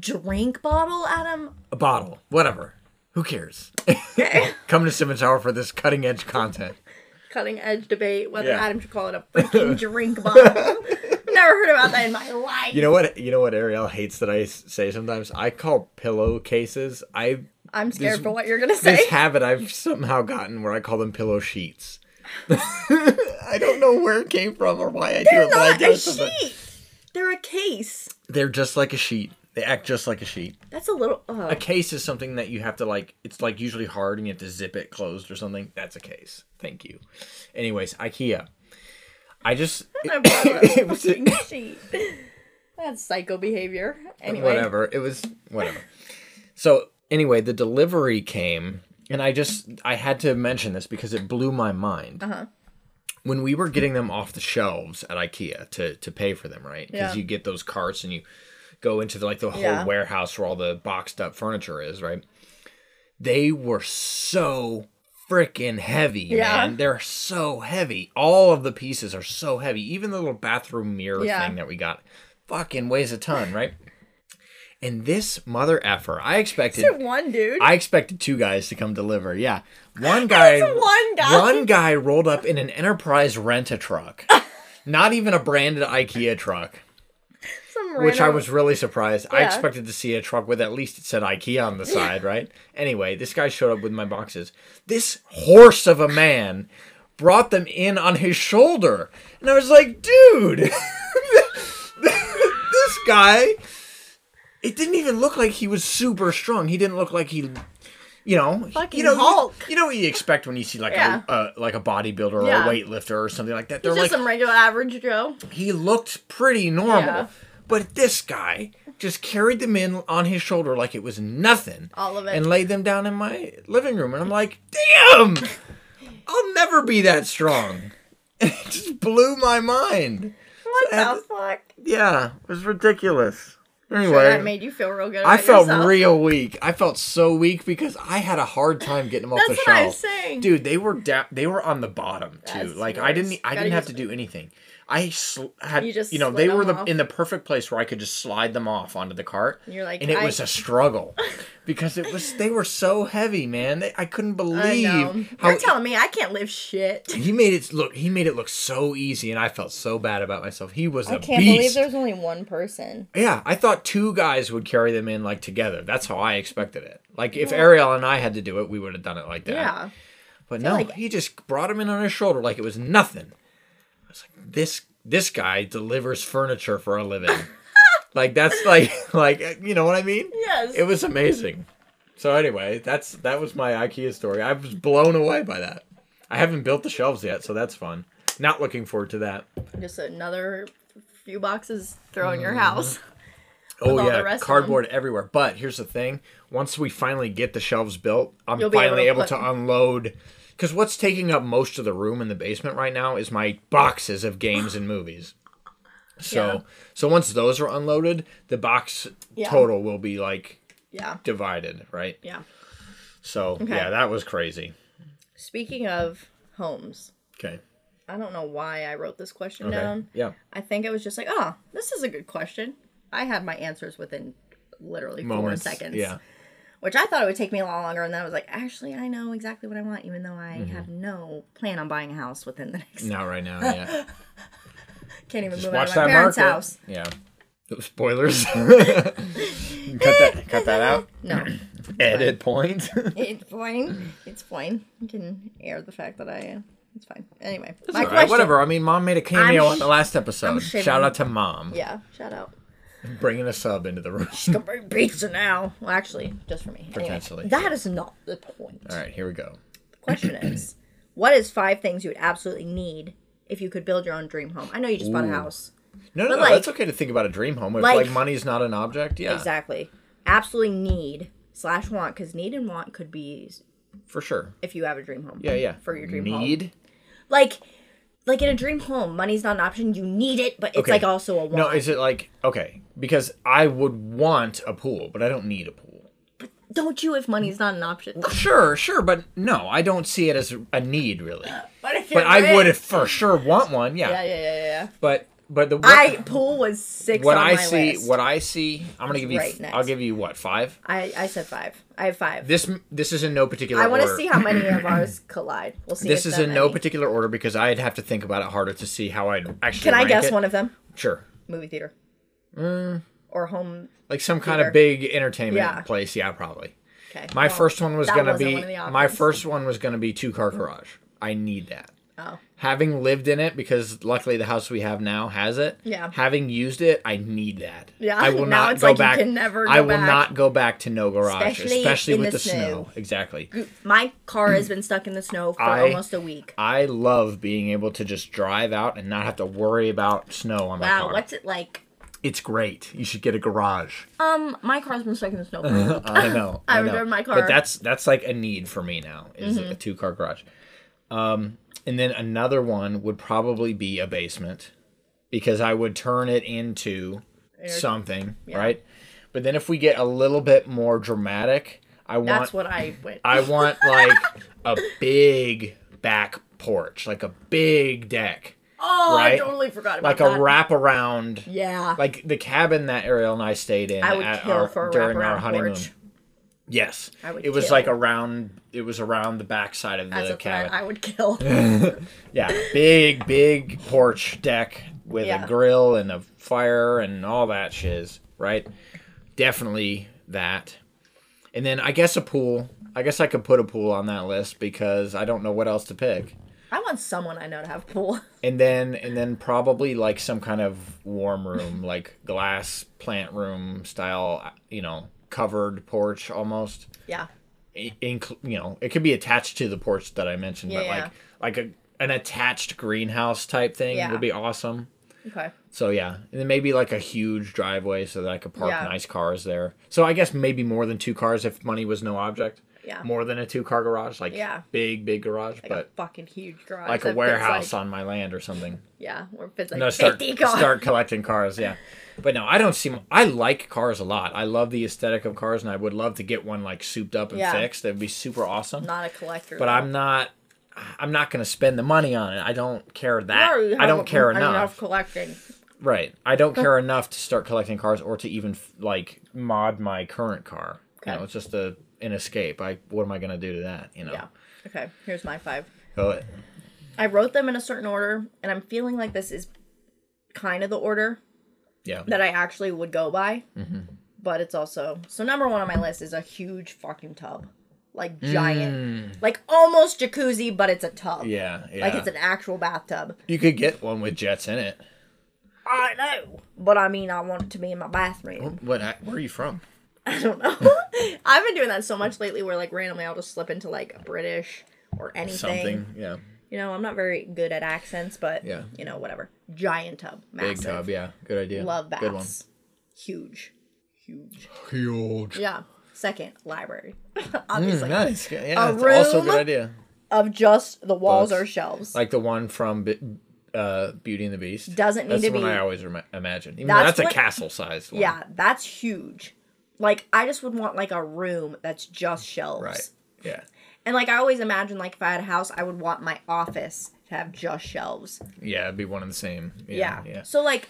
Speaker 2: drink bottle, Adam.
Speaker 1: A bottle, whatever. Who
Speaker 2: <laughs>
Speaker 1: cares? Come to Simmons Tower for this cutting edge content.
Speaker 2: Cutting edge debate whether
Speaker 1: Yeah.
Speaker 2: Adam should call
Speaker 1: <laughs>
Speaker 2: it a freaking drink bottle. Never heard about that in my life.
Speaker 1: You know what? You know what Ariel hates that I s- say sometimes. I call pillowcases. I
Speaker 2: I'm scared
Speaker 1: this-
Speaker 2: for what you're gonna say.
Speaker 1: this habit I've somehow gotten where I call them pillow sheets. <laughs> I don't know where it came from or why I do it,
Speaker 2: They're
Speaker 1: but I
Speaker 2: not
Speaker 1: do
Speaker 2: a
Speaker 1: it. sometimes.
Speaker 2: sheet. They're a case.
Speaker 1: They're just like a sheet. They act just like a sheet.
Speaker 2: That's a little. Uh,
Speaker 1: A case is something that you have to like. It's like usually hard, and you have to zip it closed or something. That's a case. Thank you. Anyways, IKEA. I just
Speaker 2: I brought up a
Speaker 1: it <laughs> was-
Speaker 2: fucking sheet. That's psycho behavior. Anyway,
Speaker 1: whatever. It was whatever. So anyway, the delivery came, and I just I had to mention this because it blew my mind.
Speaker 2: Uh-huh.
Speaker 1: When we were getting them off the shelves at IKEA to to pay for them, right? Because
Speaker 2: Yeah.
Speaker 1: you get those carts and you go into the, like the whole
Speaker 2: Yeah.
Speaker 1: warehouse where all the boxed up furniture is, right? They were so freaking heavy,
Speaker 2: Yeah.
Speaker 1: man. They're so heavy. All of the pieces are so heavy. Even the little bathroom mirror
Speaker 2: Yeah.
Speaker 1: thing that we got fucking weighs a ton, right? And this mother effer, I expected
Speaker 2: Just one dude.
Speaker 1: I expected two guys to come deliver.
Speaker 2: <laughs>
Speaker 1: Yeah. One guy
Speaker 2: one guy.
Speaker 1: one guy rolled up in an enterprise rent a
Speaker 2: <laughs>
Speaker 1: truck. Not even a branded IKEA truck.
Speaker 2: Some
Speaker 1: Which I
Speaker 2: random-
Speaker 1: was really surprised. I
Speaker 2: Yeah.
Speaker 1: expected to see a truck with at least it said IKEA
Speaker 2: <laughs>
Speaker 1: on the side, right? Anyway, this guy showed up with my boxes. This horse of a man brought them in on his shoulder. And I was like, dude, <laughs> this guy, it didn't even look like he was super strong. He didn't look like he. You know,
Speaker 2: Fucking
Speaker 1: you know, you-
Speaker 2: Hulk.
Speaker 1: You, know what you expect when you see like
Speaker 2: Yeah.
Speaker 1: a, a like a bodybuilder or
Speaker 2: Yeah.
Speaker 1: a weightlifter or something like that. They're
Speaker 2: just
Speaker 1: like
Speaker 2: some regular average Joe.
Speaker 1: he looked pretty normal.
Speaker 2: Yeah.
Speaker 1: But this guy just carried them in on his shoulder like it was nothing.
Speaker 2: All of it.
Speaker 1: And laid them down in my living room. And I'm like, damn! I'll never be that strong. <laughs> it just blew my mind.
Speaker 2: What
Speaker 1: So,
Speaker 2: the fuck?
Speaker 1: Yeah, it was ridiculous. Anyway.
Speaker 2: Sure, that made you feel real good. About
Speaker 1: I felt
Speaker 2: yourself.
Speaker 1: real weak. I felt so weak because I had a hard time getting them off
Speaker 2: That's
Speaker 1: the
Speaker 2: what
Speaker 1: shelf.
Speaker 2: I'm saying.
Speaker 1: Dude, they were da- they were on the bottom too.
Speaker 2: That's
Speaker 1: like
Speaker 2: the
Speaker 1: I didn't
Speaker 2: worst.
Speaker 1: I
Speaker 2: Gotta
Speaker 1: didn't have to
Speaker 2: get-
Speaker 1: do anything. I sl- had
Speaker 2: You
Speaker 1: you,
Speaker 2: just
Speaker 1: know
Speaker 2: slid
Speaker 1: they were
Speaker 2: them
Speaker 1: the,
Speaker 2: off.
Speaker 1: in the perfect place where I could just slide them off onto the cart.
Speaker 2: You're like,
Speaker 1: and it
Speaker 2: I-
Speaker 1: was a
Speaker 2: <laughs>
Speaker 1: struggle because it was they were so heavy, man. They, I couldn't
Speaker 2: I
Speaker 1: believe
Speaker 2: know.
Speaker 1: how
Speaker 2: You're telling me I can't live shit.
Speaker 1: he made it look. He made it look so easy, and I felt so bad about myself. He was a
Speaker 2: <laughs> I can't
Speaker 1: beast.
Speaker 2: believe there's only one person.
Speaker 1: Yeah, I thought two guys would carry them in like together. That's how I expected it. Like if Ariel and I had to do it, we would have done it like that.
Speaker 2: Yeah.
Speaker 1: But no,
Speaker 2: like-
Speaker 1: he just brought him in on his shoulder like it was nothing. I was like, this this guy delivers furniture for a living.
Speaker 2: <laughs>
Speaker 1: like that's like <laughs> like you know what I mean?
Speaker 2: Yes.
Speaker 1: It was amazing. So anyway, that's that was my IKEA story. I was blown away by that. I haven't built the shelves yet, so that's fun. Not looking forward to that.
Speaker 2: Just another few boxes thrown in your house. <laughs>
Speaker 1: Oh
Speaker 2: all the
Speaker 1: yeah,
Speaker 2: rest of
Speaker 1: cardboard everywhere. But here's the thing: once we finally get the shelves built, I'm
Speaker 2: You'll be
Speaker 1: finally
Speaker 2: able
Speaker 1: able,
Speaker 2: to
Speaker 1: to, unload. Because what's taking up most of the room in the basement right now is my boxes of games and movies. So,
Speaker 2: Yeah.
Speaker 1: so once those are unloaded, the box
Speaker 2: Yeah.
Speaker 1: total will be like
Speaker 2: Yeah.
Speaker 1: divided, right?
Speaker 2: Yeah.
Speaker 1: So yeah, that was crazy.
Speaker 2: Speaking of homes,
Speaker 1: Okay.
Speaker 2: I don't know why I wrote this question
Speaker 1: Okay.
Speaker 2: down.
Speaker 1: Yeah.
Speaker 2: I think I was just like, oh, this is a good question. I had my answers within literally
Speaker 1: Moments.
Speaker 2: four seconds.
Speaker 1: Yeah.
Speaker 2: Which I thought it would take me a lot longer. And then I was like, actually, I know exactly what I want, even though I
Speaker 1: Mm-hmm.
Speaker 2: have no plan on buying a house within the next. <laughs>
Speaker 1: Not right now. Yeah.
Speaker 2: Can't even
Speaker 1: Just
Speaker 2: move out
Speaker 1: watch
Speaker 2: of my
Speaker 1: that
Speaker 2: parents'
Speaker 1: market.
Speaker 2: house.
Speaker 1: Yeah. <laughs> Spoilers. <laughs> cut that. Cut that out.
Speaker 2: No.
Speaker 1: <clears throat> Edit point. <laughs>
Speaker 2: It's fine. It's fine. You can air the fact that I am. It's fine. Anyway, my
Speaker 1: All right, whatever. I mean, mom made a cameo
Speaker 2: I'm
Speaker 1: on the last episode.
Speaker 2: shaving-
Speaker 1: Shout out to mom.
Speaker 2: Yeah, shout out.
Speaker 1: Bringing a sub into the room. <laughs>
Speaker 2: Go bring pizza now. Well, actually, just for me. Anyway,
Speaker 1: Potentially.
Speaker 2: that is not the point.
Speaker 1: All right, here we go.
Speaker 2: The question is, <clears throat> what is five things you would absolutely need if you could build your own dream home? I know you just bought a
Speaker 1: Ooh.
Speaker 2: house.
Speaker 1: No, no, no.
Speaker 2: like-
Speaker 1: that's okay to think about a dream home. If like,
Speaker 2: like-
Speaker 1: money's not an object, yeah,
Speaker 2: Exactly. Absolutely need slash want because need and want could be
Speaker 1: for sure.
Speaker 2: if you have a dream home.
Speaker 1: Yeah, yeah.
Speaker 2: For your dream home.
Speaker 1: need.
Speaker 2: Like, like in a dream home, money's not an option. You need it, but it's
Speaker 1: Okay.
Speaker 2: like also a want.
Speaker 1: No, is it like okay? Because I would want a pool, but I don't need a pool.
Speaker 2: Don't you if money's not an option? <laughs>
Speaker 1: Sure, sure, but no, I don't see it as a need really.
Speaker 2: But, if
Speaker 1: But I would have for sure want one, yeah.
Speaker 2: Yeah, yeah, yeah, yeah, yeah.
Speaker 1: But but the what,
Speaker 2: I pool was six.
Speaker 1: what
Speaker 2: on
Speaker 1: I
Speaker 2: my
Speaker 1: see
Speaker 2: list.
Speaker 1: what I see, I'm gonna give you.
Speaker 2: right next.
Speaker 1: I'll give you what five.
Speaker 2: I I said five. I have five.
Speaker 1: This this is in no particular.
Speaker 2: I want to
Speaker 1: order.
Speaker 2: see how many
Speaker 1: <clears throat>
Speaker 2: of ours collide. We'll see.
Speaker 1: This
Speaker 2: if
Speaker 1: is
Speaker 2: that
Speaker 1: in no
Speaker 2: many-
Speaker 1: particular order because I'd have to think about it harder to see how I'd actually.
Speaker 2: Can I
Speaker 1: rank
Speaker 2: guess
Speaker 1: it.
Speaker 2: one of them?
Speaker 1: Sure.
Speaker 2: Movie theater.
Speaker 1: Mm.
Speaker 2: Or home.
Speaker 1: Like some kind of
Speaker 2: Theater.
Speaker 1: big entertainment
Speaker 2: Yeah.
Speaker 1: place. Yeah, probably.
Speaker 2: Okay.
Speaker 1: My
Speaker 2: Well,
Speaker 1: first one was
Speaker 2: that
Speaker 1: gonna
Speaker 2: wasn't
Speaker 1: be
Speaker 2: one of the
Speaker 1: my
Speaker 2: options.
Speaker 1: first one was gonna be two car garage. I need that.
Speaker 2: Oh.
Speaker 1: Having lived in it, because luckily the house we have now has it.
Speaker 2: Yeah.
Speaker 1: Having used it, I need that.
Speaker 2: Yeah,
Speaker 1: I will
Speaker 2: <laughs> now
Speaker 1: not
Speaker 2: it's
Speaker 1: go
Speaker 2: like you
Speaker 1: back.
Speaker 2: can never
Speaker 1: I
Speaker 2: go
Speaker 1: will
Speaker 2: back.
Speaker 1: not go back to no garage, especially,
Speaker 2: Especially in
Speaker 1: with the,
Speaker 2: the
Speaker 1: snow.
Speaker 2: snow.
Speaker 1: Exactly.
Speaker 2: My car has been stuck in the snow for
Speaker 1: I-
Speaker 2: almost a week.
Speaker 1: I love being able to just drive out and not have to worry about snow on my
Speaker 2: Wow,
Speaker 1: car.
Speaker 2: what's it like?
Speaker 1: It's great. You should get a garage.
Speaker 2: Um, my car's been stuck in the snow.
Speaker 1: <laughs>
Speaker 2: For a week.
Speaker 1: I
Speaker 2: <laughs>
Speaker 1: know.
Speaker 2: I
Speaker 1: know.
Speaker 2: would drive my car. Mm-hmm.
Speaker 1: But that's that's like a need for me now is a two car garage. Um, and then another one would probably be a basement because I would turn it into something, right? But then if we get a little bit more dramatic, I want
Speaker 2: That's what I went.
Speaker 1: I want like a big back porch, like a big deck,
Speaker 2: oh, I
Speaker 1: right?
Speaker 2: totally forgot about
Speaker 1: like a
Speaker 2: that.
Speaker 1: wraparound
Speaker 2: Yeah.
Speaker 1: like the cabin that Ariel and I stayed in
Speaker 2: I would
Speaker 1: at
Speaker 2: kill
Speaker 1: our,
Speaker 2: for a
Speaker 1: during our
Speaker 2: wraparound
Speaker 1: honeymoon.
Speaker 2: porch.
Speaker 1: Yes,
Speaker 2: I would
Speaker 1: it was
Speaker 2: kill.
Speaker 1: like around. It was around the backside of
Speaker 2: As
Speaker 1: the
Speaker 2: a threat,
Speaker 1: cabin.
Speaker 2: I would kill.
Speaker 1: yeah, big, big porch deck with
Speaker 2: Yeah.
Speaker 1: a grill and a fire and all that shiz. Right, definitely that. And then I guess a pool. I guess I could put a pool on that list because I don't know what else to pick.
Speaker 2: I want someone I know to have a pool. <laughs>
Speaker 1: and then and then probably like some kind of warm
Speaker 2: <laughs>
Speaker 1: room like glass plant room style you know covered porch almost
Speaker 2: Yeah.
Speaker 1: I- inc- you know it could be attached to the porch that i mentioned but
Speaker 2: Yeah,
Speaker 1: like like a, an attached greenhouse type thing
Speaker 2: Yeah.
Speaker 1: would be awesome
Speaker 2: Okay.
Speaker 1: so yeah and then maybe like a huge driveway so that i could park
Speaker 2: Yeah.
Speaker 1: nice cars there so i guess maybe more than two cars if money was no object
Speaker 2: Yeah.
Speaker 1: more than a two car garage like
Speaker 2: Yeah.
Speaker 1: big big garage
Speaker 2: Like
Speaker 1: but
Speaker 2: a fucking huge garage.
Speaker 1: like a
Speaker 2: that fits,
Speaker 1: warehouse
Speaker 2: like-
Speaker 1: on my land or something
Speaker 2: yeah, where it fits like
Speaker 1: no,
Speaker 2: <laughs>
Speaker 1: start
Speaker 2: 50 cars.
Speaker 1: start collecting cars. Yeah, but no, I don't see. m- I like cars a lot. I love the aesthetic of cars, and I would love to get one like souped up and
Speaker 2: Yeah.
Speaker 1: fixed. That'd be super awesome.
Speaker 2: Not a collector.
Speaker 1: but I'm not. I'm not going to spend the money on it. I don't care that.
Speaker 2: Or you
Speaker 1: I
Speaker 2: have
Speaker 1: don't
Speaker 2: a-
Speaker 1: care
Speaker 2: enough.
Speaker 1: enough.
Speaker 2: collecting.
Speaker 1: Right. I
Speaker 2: <laughs>
Speaker 1: don't care enough to start collecting cars or to even f- like mod my current car. You
Speaker 2: Okay.
Speaker 1: know, it's just a an escape. I what am I going to do to that? You know.
Speaker 2: Yeah. Okay. Here's my five.
Speaker 1: So, uh,
Speaker 2: I wrote them in a certain order, and I'm feeling like this is kind of the order
Speaker 1: yeah.
Speaker 2: that I actually would go by.
Speaker 1: Mm-hmm.
Speaker 2: But it's also so number one on my list is a huge fucking tub, like
Speaker 1: Mm.
Speaker 2: giant, like almost jacuzzi, but it's a tub.
Speaker 1: yeah. Yeah.
Speaker 2: Like it's an actual bathtub.
Speaker 1: you could get one with jets in it.
Speaker 2: I know, but I mean, I want it to be in my bathroom.
Speaker 1: What? Where are you from?
Speaker 2: <laughs> I don't know. I've been doing that so much lately, where like randomly I'll just slip into like a British or anything.
Speaker 1: Something. Yeah.
Speaker 2: You know, I'm not very good at accents, but
Speaker 1: Yeah.
Speaker 2: you know, whatever. Giant tub, massive.
Speaker 1: Big tub, yeah. Good idea.
Speaker 2: Love baths.
Speaker 1: Good one.
Speaker 2: Huge, huge.
Speaker 1: Huge. Mm,
Speaker 2: Yeah. Second library, <laughs>
Speaker 1: <laughs>
Speaker 2: obviously,
Speaker 1: nice. Yeah,
Speaker 2: A
Speaker 1: it's also a good
Speaker 2: room.
Speaker 1: idea.
Speaker 2: of just the walls
Speaker 1: Books.
Speaker 2: or shelves.
Speaker 1: Like the one from Bi- uh, Beauty and the Beast.
Speaker 2: Doesn't need
Speaker 1: that's
Speaker 2: to
Speaker 1: the one
Speaker 2: be-
Speaker 1: I always rem- imagine. Even that's
Speaker 2: That's
Speaker 1: that's
Speaker 2: what-
Speaker 1: a castle sized one.
Speaker 2: yeah, that's huge. Like I just would want like a room that's just shelves.
Speaker 1: Right. Yeah.
Speaker 2: And like I always imagine, like if I had a house, I would want my office to have just shelves.
Speaker 1: Yeah, it'd be one and the same.
Speaker 2: Yeah.
Speaker 1: Yeah. yeah.
Speaker 2: So like,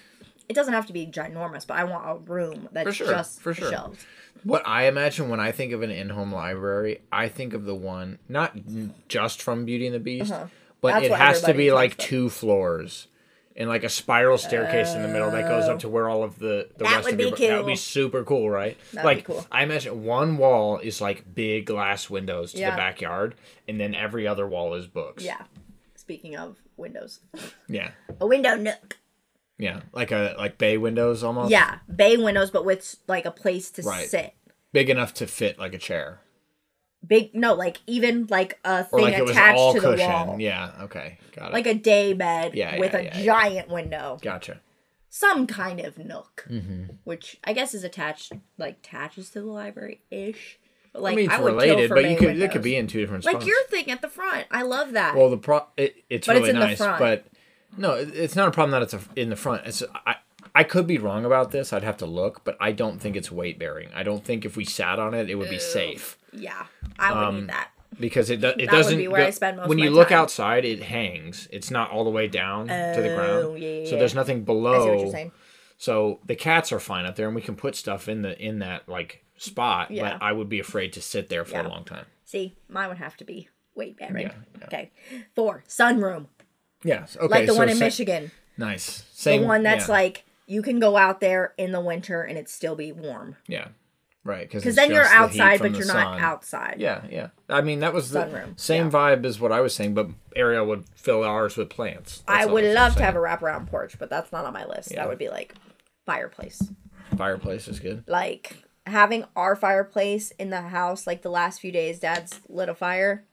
Speaker 2: it doesn't have to be ginormous, but I want a room that's
Speaker 1: For sure,
Speaker 2: just
Speaker 1: for
Speaker 2: for
Speaker 1: sure.
Speaker 2: shelves.
Speaker 1: What I imagine when I think of an in home library, I think of the one, not n- just from Beauty and the Beast, but
Speaker 2: Uh-huh. That's
Speaker 1: it
Speaker 2: what
Speaker 1: has to
Speaker 2: everybody
Speaker 1: be
Speaker 2: talks
Speaker 1: like
Speaker 2: about.
Speaker 1: two floors. And like a spiral staircase in the middle that goes up to where all of the, the
Speaker 2: Oh. That
Speaker 1: rest
Speaker 2: would
Speaker 1: of your
Speaker 2: be
Speaker 1: That would be
Speaker 2: cool.
Speaker 1: super cool, right?
Speaker 2: That'd
Speaker 1: like
Speaker 2: be cool.
Speaker 1: I imagine one wall is like big glass windows to the
Speaker 2: Yeah.
Speaker 1: backyard, and then every other wall is books.
Speaker 2: Yeah. Speaking of windows,
Speaker 1: yeah,
Speaker 2: a window nook.
Speaker 1: yeah, like a like bay windows almost.
Speaker 2: Yeah, bay windows, but with like a place to
Speaker 1: Right.
Speaker 2: sit.
Speaker 1: big enough to fit like a chair,
Speaker 2: Big no, like even like a
Speaker 1: or
Speaker 2: thing
Speaker 1: like it was all
Speaker 2: attached to the
Speaker 1: cushion.
Speaker 2: wall,
Speaker 1: Yeah, okay, got it.
Speaker 2: like a day bed
Speaker 1: Yeah,
Speaker 2: with
Speaker 1: yeah,
Speaker 2: a
Speaker 1: yeah, yeah.
Speaker 2: giant window,
Speaker 1: gotcha.
Speaker 2: some kind of nook,
Speaker 1: Mm-hmm.
Speaker 2: which I guess is attached, like attaches to the library ish. But like
Speaker 1: I
Speaker 2: I,
Speaker 1: mean, it's
Speaker 2: would kill
Speaker 1: related,
Speaker 2: for
Speaker 1: but you
Speaker 2: bay
Speaker 1: could it
Speaker 2: windows.
Speaker 1: could be in two different
Speaker 2: like
Speaker 1: spots.
Speaker 2: your thing at the front. I love that.
Speaker 1: Well, the pro it, it's
Speaker 2: But it's
Speaker 1: really
Speaker 2: in the
Speaker 1: nice,
Speaker 2: front.
Speaker 1: but no, it- it's not a problem that it's a, in the front. It's I I could be wrong about this. I'd have to look, but I don't think it's weight bearing. I don't think if we sat on it, it would be safe
Speaker 2: Yeah, I
Speaker 1: um,
Speaker 2: would need that.
Speaker 1: because it do- it
Speaker 2: That would
Speaker 1: doesn't.
Speaker 2: be where I
Speaker 1: go-
Speaker 2: spend most of
Speaker 1: when
Speaker 2: my
Speaker 1: you look
Speaker 2: time.
Speaker 1: outside, it hangs. It's not all the way down to the
Speaker 2: Oh,
Speaker 1: ground,
Speaker 2: yeah, yeah,
Speaker 1: so
Speaker 2: yeah.
Speaker 1: there's nothing
Speaker 2: I
Speaker 1: below.
Speaker 2: see what you're saying.
Speaker 1: So the cats are fine up there, and we can put stuff in the in that like spot.
Speaker 2: Yeah.
Speaker 1: But I would be afraid to sit there for a
Speaker 2: Yeah.
Speaker 1: long time.
Speaker 2: See, mine would have to be weight bearing. Okay, four sunroom
Speaker 1: Yeah. Okay.
Speaker 2: like the
Speaker 1: so
Speaker 2: one in
Speaker 1: sa-
Speaker 2: Michigan,
Speaker 1: Nice. Same
Speaker 2: the one that's
Speaker 1: yeah,
Speaker 2: like you can go out there in the winter and it still be warm.
Speaker 1: yeah, right.
Speaker 2: Because then you're outside, but you're not outside.
Speaker 1: Yeah, yeah. I mean, that was the
Speaker 2: Sunroom,
Speaker 1: same vibe as what I was saying, but Ariel would fill ours with plants.
Speaker 2: I
Speaker 1: That's all
Speaker 2: would
Speaker 1: was
Speaker 2: love to
Speaker 1: saying.
Speaker 2: have a wraparound porch, but that's not on my list. That would be like fireplace.
Speaker 1: fireplace is good.
Speaker 2: Like having our fireplace in the house, like the last few days, Dad's lit a fire.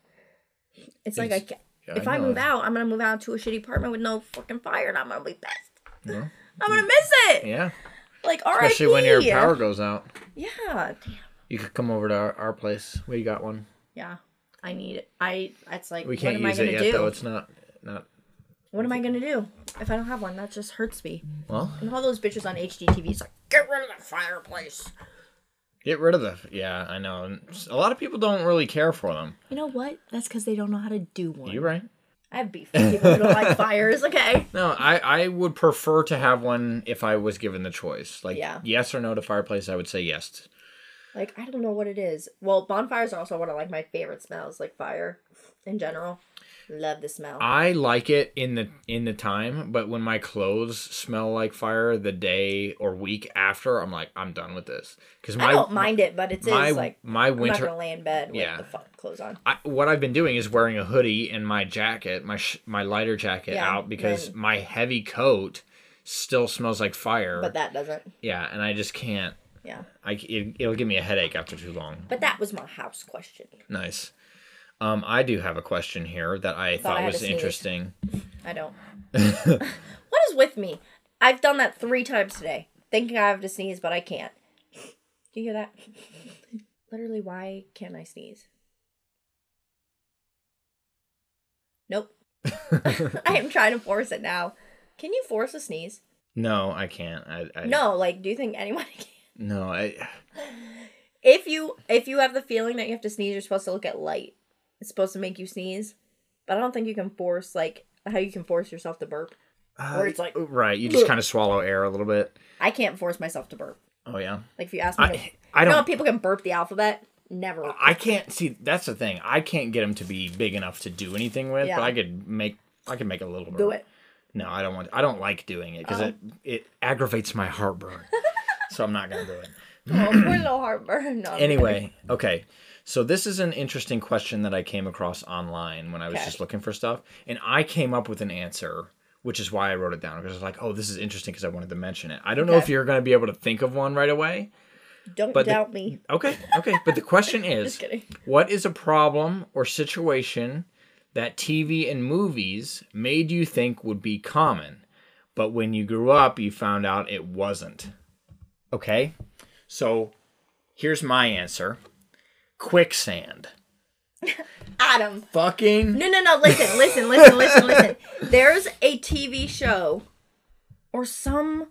Speaker 2: It's like I
Speaker 1: It's-
Speaker 2: ca
Speaker 1: yeah,
Speaker 2: if
Speaker 1: I
Speaker 2: I,
Speaker 1: know.
Speaker 2: move out, I'm gonna move out to a shitty apartment with no fucking fire, and I'm gonna be pissed.
Speaker 1: Yeah.
Speaker 2: <laughs> I'm gonna miss it.
Speaker 1: Yeah,
Speaker 2: Like R.I.P.
Speaker 1: especially when your power goes out.
Speaker 2: Yeah, damn.
Speaker 1: You could come over to our, our place. We got one.
Speaker 2: Yeah, I need it. I. It's like
Speaker 1: We can't
Speaker 2: what am
Speaker 1: use
Speaker 2: I
Speaker 1: it
Speaker 2: gonna
Speaker 1: yet,
Speaker 2: do?
Speaker 1: though. It's not not
Speaker 2: What am I gonna do if I don't have one? That just hurts me.
Speaker 1: well.
Speaker 2: And all those bitches on HGTV is like, get rid of the fireplace.
Speaker 1: Get rid of the yeah. I know. And A lot of people don't really care for them.
Speaker 2: You know what? That's because they don't know how to do one.
Speaker 1: You right?
Speaker 2: I have beef with people who
Speaker 1: <laughs>
Speaker 2: don't like fires. Okay.
Speaker 1: No, I, I would prefer to have one if I was given the choice. Like
Speaker 2: Yeah.
Speaker 1: yes or no to fireplace, I would say yes.
Speaker 2: Like I don't know what it is. Well, bonfires are also one of like my favorite smells, like fire, in general. Love the smell.
Speaker 1: I like it in the in the time, but when my clothes smell like fire the day or week after, I'm like I'm done with this. Because
Speaker 2: I
Speaker 1: my
Speaker 2: don't mind it, but it is
Speaker 1: my
Speaker 2: like
Speaker 1: my
Speaker 2: I'm not
Speaker 1: winter
Speaker 2: gonna lay in bed with
Speaker 1: Yeah.
Speaker 2: the fuck clothes on.
Speaker 1: I, what I've been doing is wearing a hoodie and my jacket, my sh- my lighter jacket
Speaker 2: Yeah,
Speaker 1: out because
Speaker 2: right.
Speaker 1: my heavy coat still smells like fire.
Speaker 2: But that doesn't.
Speaker 1: yeah, and I just can't.
Speaker 2: Yeah.
Speaker 1: I c- it, it'll give me a headache after too long.
Speaker 2: But that was my house question.
Speaker 1: Nice. Um, I do have a question here that I
Speaker 2: I
Speaker 1: thought,
Speaker 2: had to
Speaker 1: was
Speaker 2: sneeze. <laughs>
Speaker 1: interesting.
Speaker 2: I don't. what is with me? I've done that three times today, thinking I have to sneeze, but I can't. Do you hear that? <laughs> Literally, why can't I sneeze? Nope. <laughs> I am trying to force it now. Can you force a sneeze?
Speaker 1: No, I can't. I, I
Speaker 2: No, like, do you think anyone <laughs> can?
Speaker 1: no. I
Speaker 2: If you if you have the feeling that you have to sneeze, you're supposed to look at light. It's supposed to make you sneeze, but I don't think you can force like how you can force yourself to burp. Or it's like-
Speaker 1: uh, right. You just kind of swallow air a little bit.
Speaker 2: I can't force myself to burp.
Speaker 1: Oh yeah.
Speaker 2: Like if you ask me, to,
Speaker 1: <laughs> I I
Speaker 2: you know how
Speaker 1: don't. Uh,
Speaker 2: people can burp the alphabet? Never.
Speaker 1: I can't see. That's the thing. I can't get them to be big enough to do anything with.
Speaker 2: Yeah.
Speaker 1: But I could make. I could make a little.
Speaker 2: Do
Speaker 1: burp. <clears throat>
Speaker 2: it. Oh.
Speaker 1: No, I don't want. I don't like doing it because it it aggravates my heartburn.
Speaker 2: <laughs>
Speaker 1: so I'm not gonna do it.
Speaker 2: Oh, poor little heartburn. No, I'm
Speaker 1: Anyway, okay. So this is an interesting question that I came across online when I was
Speaker 2: Okay.
Speaker 1: just looking for stuff, and I came up with an answer, which is why I wrote it down because I was like, "Oh, this is interesting," because I wanted to mention it. I don't know if
Speaker 2: Okay.
Speaker 1: you're gonna be able to think of one right away.
Speaker 2: kidding. don't
Speaker 1: but the-
Speaker 2: doubt me.
Speaker 1: Okay, okay. but the question is,
Speaker 2: <laughs> Just kidding.
Speaker 1: what is a problem or situation that TV and movies made you think would be common, but when you grew up, you found out it wasn't? Okay, so here's my answer quicksand.
Speaker 2: Adam.
Speaker 1: Fucking.
Speaker 2: No, no, no. Listen, listen, listen,
Speaker 1: <laughs>
Speaker 2: listen, listen. There's a TV show or some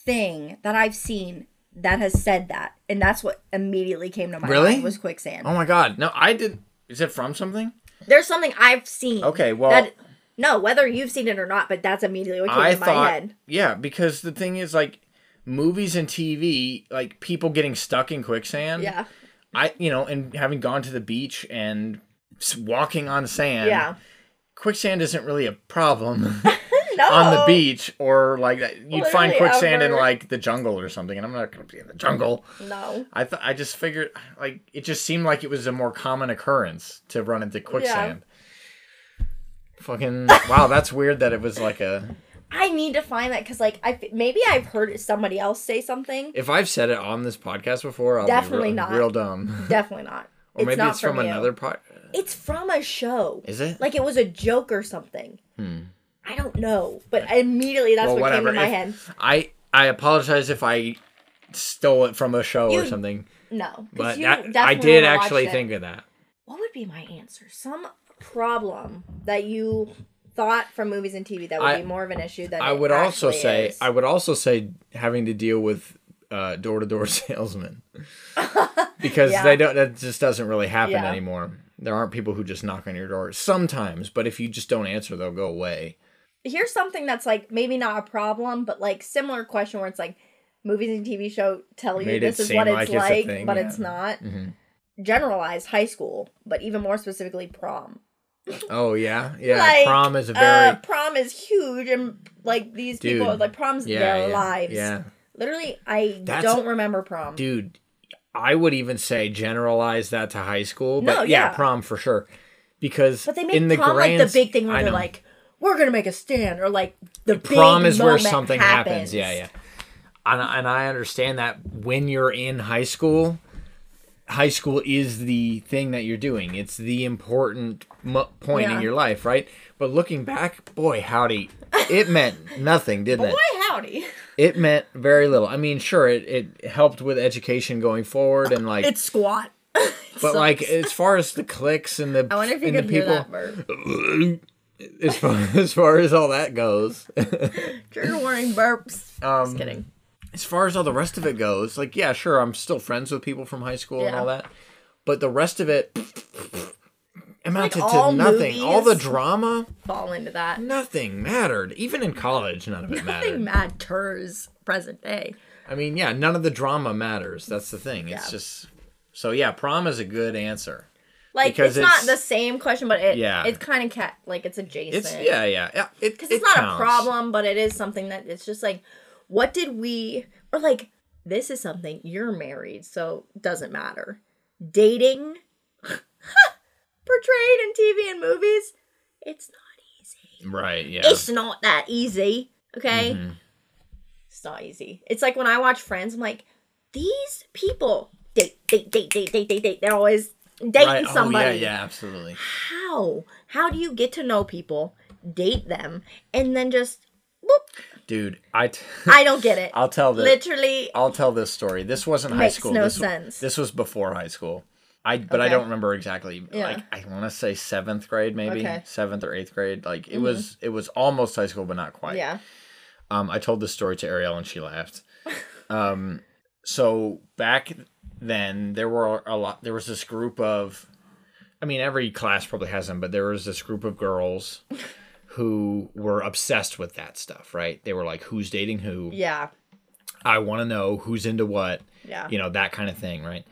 Speaker 2: thing that I've seen that has said that, and that's what immediately came to my
Speaker 1: Really?
Speaker 2: mind was quicksand.
Speaker 1: Oh my god. No, I did. Is it from something?
Speaker 2: There's something I've seen.
Speaker 1: Okay, well-
Speaker 2: that- no, whether you've seen it or not, but that's immediately what came
Speaker 1: I
Speaker 2: to my
Speaker 1: thought.
Speaker 2: head.
Speaker 1: Yeah, because the thing is, like, movies and TV, like, people getting stuck in quicksand.
Speaker 2: Yeah.
Speaker 1: I, you know, and having gone to the beach and s- walking on sand,
Speaker 2: Yeah.
Speaker 1: quicksand isn't really a problem <laughs>
Speaker 2: No.
Speaker 1: on the beach or like that. You'd find
Speaker 2: Literally
Speaker 1: quicksand in
Speaker 2: ever.
Speaker 1: like the jungle or something, and I'm not going to be in the jungle.
Speaker 2: No.
Speaker 1: I th- I just figured like it just seemed like it was a more common occurrence to run into quicksand. Fucking wow, that's weird that it was like a.
Speaker 2: I need to find that because, like, I f- maybe I've heard somebody else say something.
Speaker 1: If I've said it on this podcast before, I'll
Speaker 2: Definitely
Speaker 1: be real,
Speaker 2: not.
Speaker 1: real dumb.
Speaker 2: Definitely not.
Speaker 1: Or maybe it's from,
Speaker 2: you.
Speaker 1: another pod.
Speaker 2: It's from a show.
Speaker 1: Is it?
Speaker 2: Like it was a joke or something. I don't know, but immediately that's what came to my
Speaker 1: Hmm. If-
Speaker 2: head.
Speaker 1: I I apologize if I stole it from a show or
Speaker 2: You-
Speaker 1: something,
Speaker 2: No, 'cause
Speaker 1: but
Speaker 2: you
Speaker 1: that, I
Speaker 2: definitely
Speaker 1: did
Speaker 2: watched
Speaker 1: actually
Speaker 2: it.
Speaker 1: think of that.
Speaker 2: What would be my answer? Some problem that you thought from movies and TV that would
Speaker 1: I-
Speaker 2: be more of an issue than
Speaker 1: I
Speaker 2: it
Speaker 1: would also
Speaker 2: actually
Speaker 1: say
Speaker 2: is.
Speaker 1: I would also say having to deal with uh, door-to-door <laughs>
Speaker 2: <laughs>
Speaker 1: salesmen because
Speaker 2: Yeah.
Speaker 1: they don't that just doesn't really happen
Speaker 2: Yeah.
Speaker 1: anymore. There aren't people who just knock on your door sometimes, but if you just don't answer, they'll go away.
Speaker 2: here's something that's like maybe not a problem, but like similar question where it's like movies and TV show tell you
Speaker 1: Made it
Speaker 2: this is
Speaker 1: seem
Speaker 2: what it's
Speaker 1: like it's
Speaker 2: like,
Speaker 1: a thing,
Speaker 2: but
Speaker 1: yeah.
Speaker 2: it's not.
Speaker 1: Mhm.
Speaker 2: Generalized high school, but even more specifically prom.
Speaker 1: Oh yeah, yeah.
Speaker 2: Like,
Speaker 1: prom is a very
Speaker 2: Uh, prom is huge, and like these people,
Speaker 1: Dude.
Speaker 2: like prom's
Speaker 1: yeah,
Speaker 2: their
Speaker 1: yeah,
Speaker 2: lives.
Speaker 1: Yeah,
Speaker 2: Literally, I
Speaker 1: That's-
Speaker 2: don't remember prom.
Speaker 1: dude. I would even say generalize that to high school,
Speaker 2: No,
Speaker 1: but yeah,
Speaker 2: yeah.
Speaker 1: prom for sure. Because
Speaker 2: but they make
Speaker 1: in the
Speaker 2: prom
Speaker 1: grand,
Speaker 2: like the big thing
Speaker 1: I
Speaker 2: where they're
Speaker 1: know.
Speaker 2: like, we're gonna make a stand, or like the big
Speaker 1: prom is where
Speaker 2: moment
Speaker 1: something happens.
Speaker 2: happens.
Speaker 1: Yeah, yeah. And, and I understand that when you're in high school, high school is the thing that you're doing. It's the important mo- point
Speaker 2: Yeah.
Speaker 1: in your life, right? But looking back, boy, howdy,
Speaker 2: <laughs>
Speaker 1: it meant nothing, didn't it?
Speaker 2: Boy, howdy. <laughs>
Speaker 1: It meant very little. I mean, sure, it, it helped with education going forward, and like,
Speaker 2: It's squat.
Speaker 1: but like as far as the clicks and the
Speaker 2: I wonder if you
Speaker 1: and
Speaker 2: could
Speaker 1: the
Speaker 2: hear
Speaker 1: people,
Speaker 2: that, Bert.
Speaker 1: <laughs> as far as far as all that goes,
Speaker 2: Trigger warning burps.
Speaker 1: um,
Speaker 2: Just kidding.
Speaker 1: as far as all the rest of it goes, like yeah, sure, I'm still friends with people from high school and
Speaker 2: Yeah.
Speaker 1: all that, but the rest of it <sniffs> amounted
Speaker 2: all
Speaker 1: to nothing. All the
Speaker 2: movies.
Speaker 1: drama,
Speaker 2: Fall into that.
Speaker 1: nothing mattered. Even in college, none of it mattered.
Speaker 2: <laughs> Nothing matters present day.
Speaker 1: I mean, yeah, none of the drama matters. That's the thing. It's
Speaker 2: Yeah.
Speaker 1: just so yeah, prom is a good answer.
Speaker 2: Like
Speaker 1: Because
Speaker 2: it's, not
Speaker 1: it's-
Speaker 2: the same question, but it
Speaker 1: Yeah.
Speaker 2: it's kind of cat like it's adjacent.
Speaker 1: It's yeah, yeah, yeah. It,
Speaker 2: because it's
Speaker 1: it
Speaker 2: not
Speaker 1: counts.
Speaker 2: a problem, but it is something that it's just like, what did we or like this is something you're married, so doesn't matter. Dating, <laughs> portrayed in TV and movies, it's not easy.
Speaker 1: right? Yeah, Mm-hmm.
Speaker 2: It's not that easy. Okay. It's not easy. It's like when I watch Friends, I'm like, these people date, date, date, date, date, date, date. They're always dating
Speaker 1: right.
Speaker 2: somebody.
Speaker 1: Oh, yeah, yeah, absolutely.
Speaker 2: How? How do you get to know people, date them, and then just, boop,
Speaker 1: Dude, I t- <laughs>
Speaker 2: I don't get it.
Speaker 1: I'll tell the
Speaker 2: Literally,
Speaker 1: I'll tell this story. This wasn't high
Speaker 2: Makes
Speaker 1: school.
Speaker 2: no
Speaker 1: this,
Speaker 2: sense.
Speaker 1: This was before high school. I but I
Speaker 2: Okay.
Speaker 1: don't remember exactly.
Speaker 2: Yeah.
Speaker 1: Like I want to say seventh grade, maybe
Speaker 2: Okay. Mm-hmm.
Speaker 1: seventh or eighth grade. Like it was it was almost high school, but not quite.
Speaker 2: yeah.
Speaker 1: Um, I told this story to Ariel and she laughed. um, so back then there were a lot. There was this group of, I mean, every class probably has them, but there was this group of girls who were obsessed with that stuff. Right? They were like, "Who's dating who?
Speaker 2: Yeah.
Speaker 1: I want to know who's into what."
Speaker 2: Yeah.
Speaker 1: you know that kind of thing right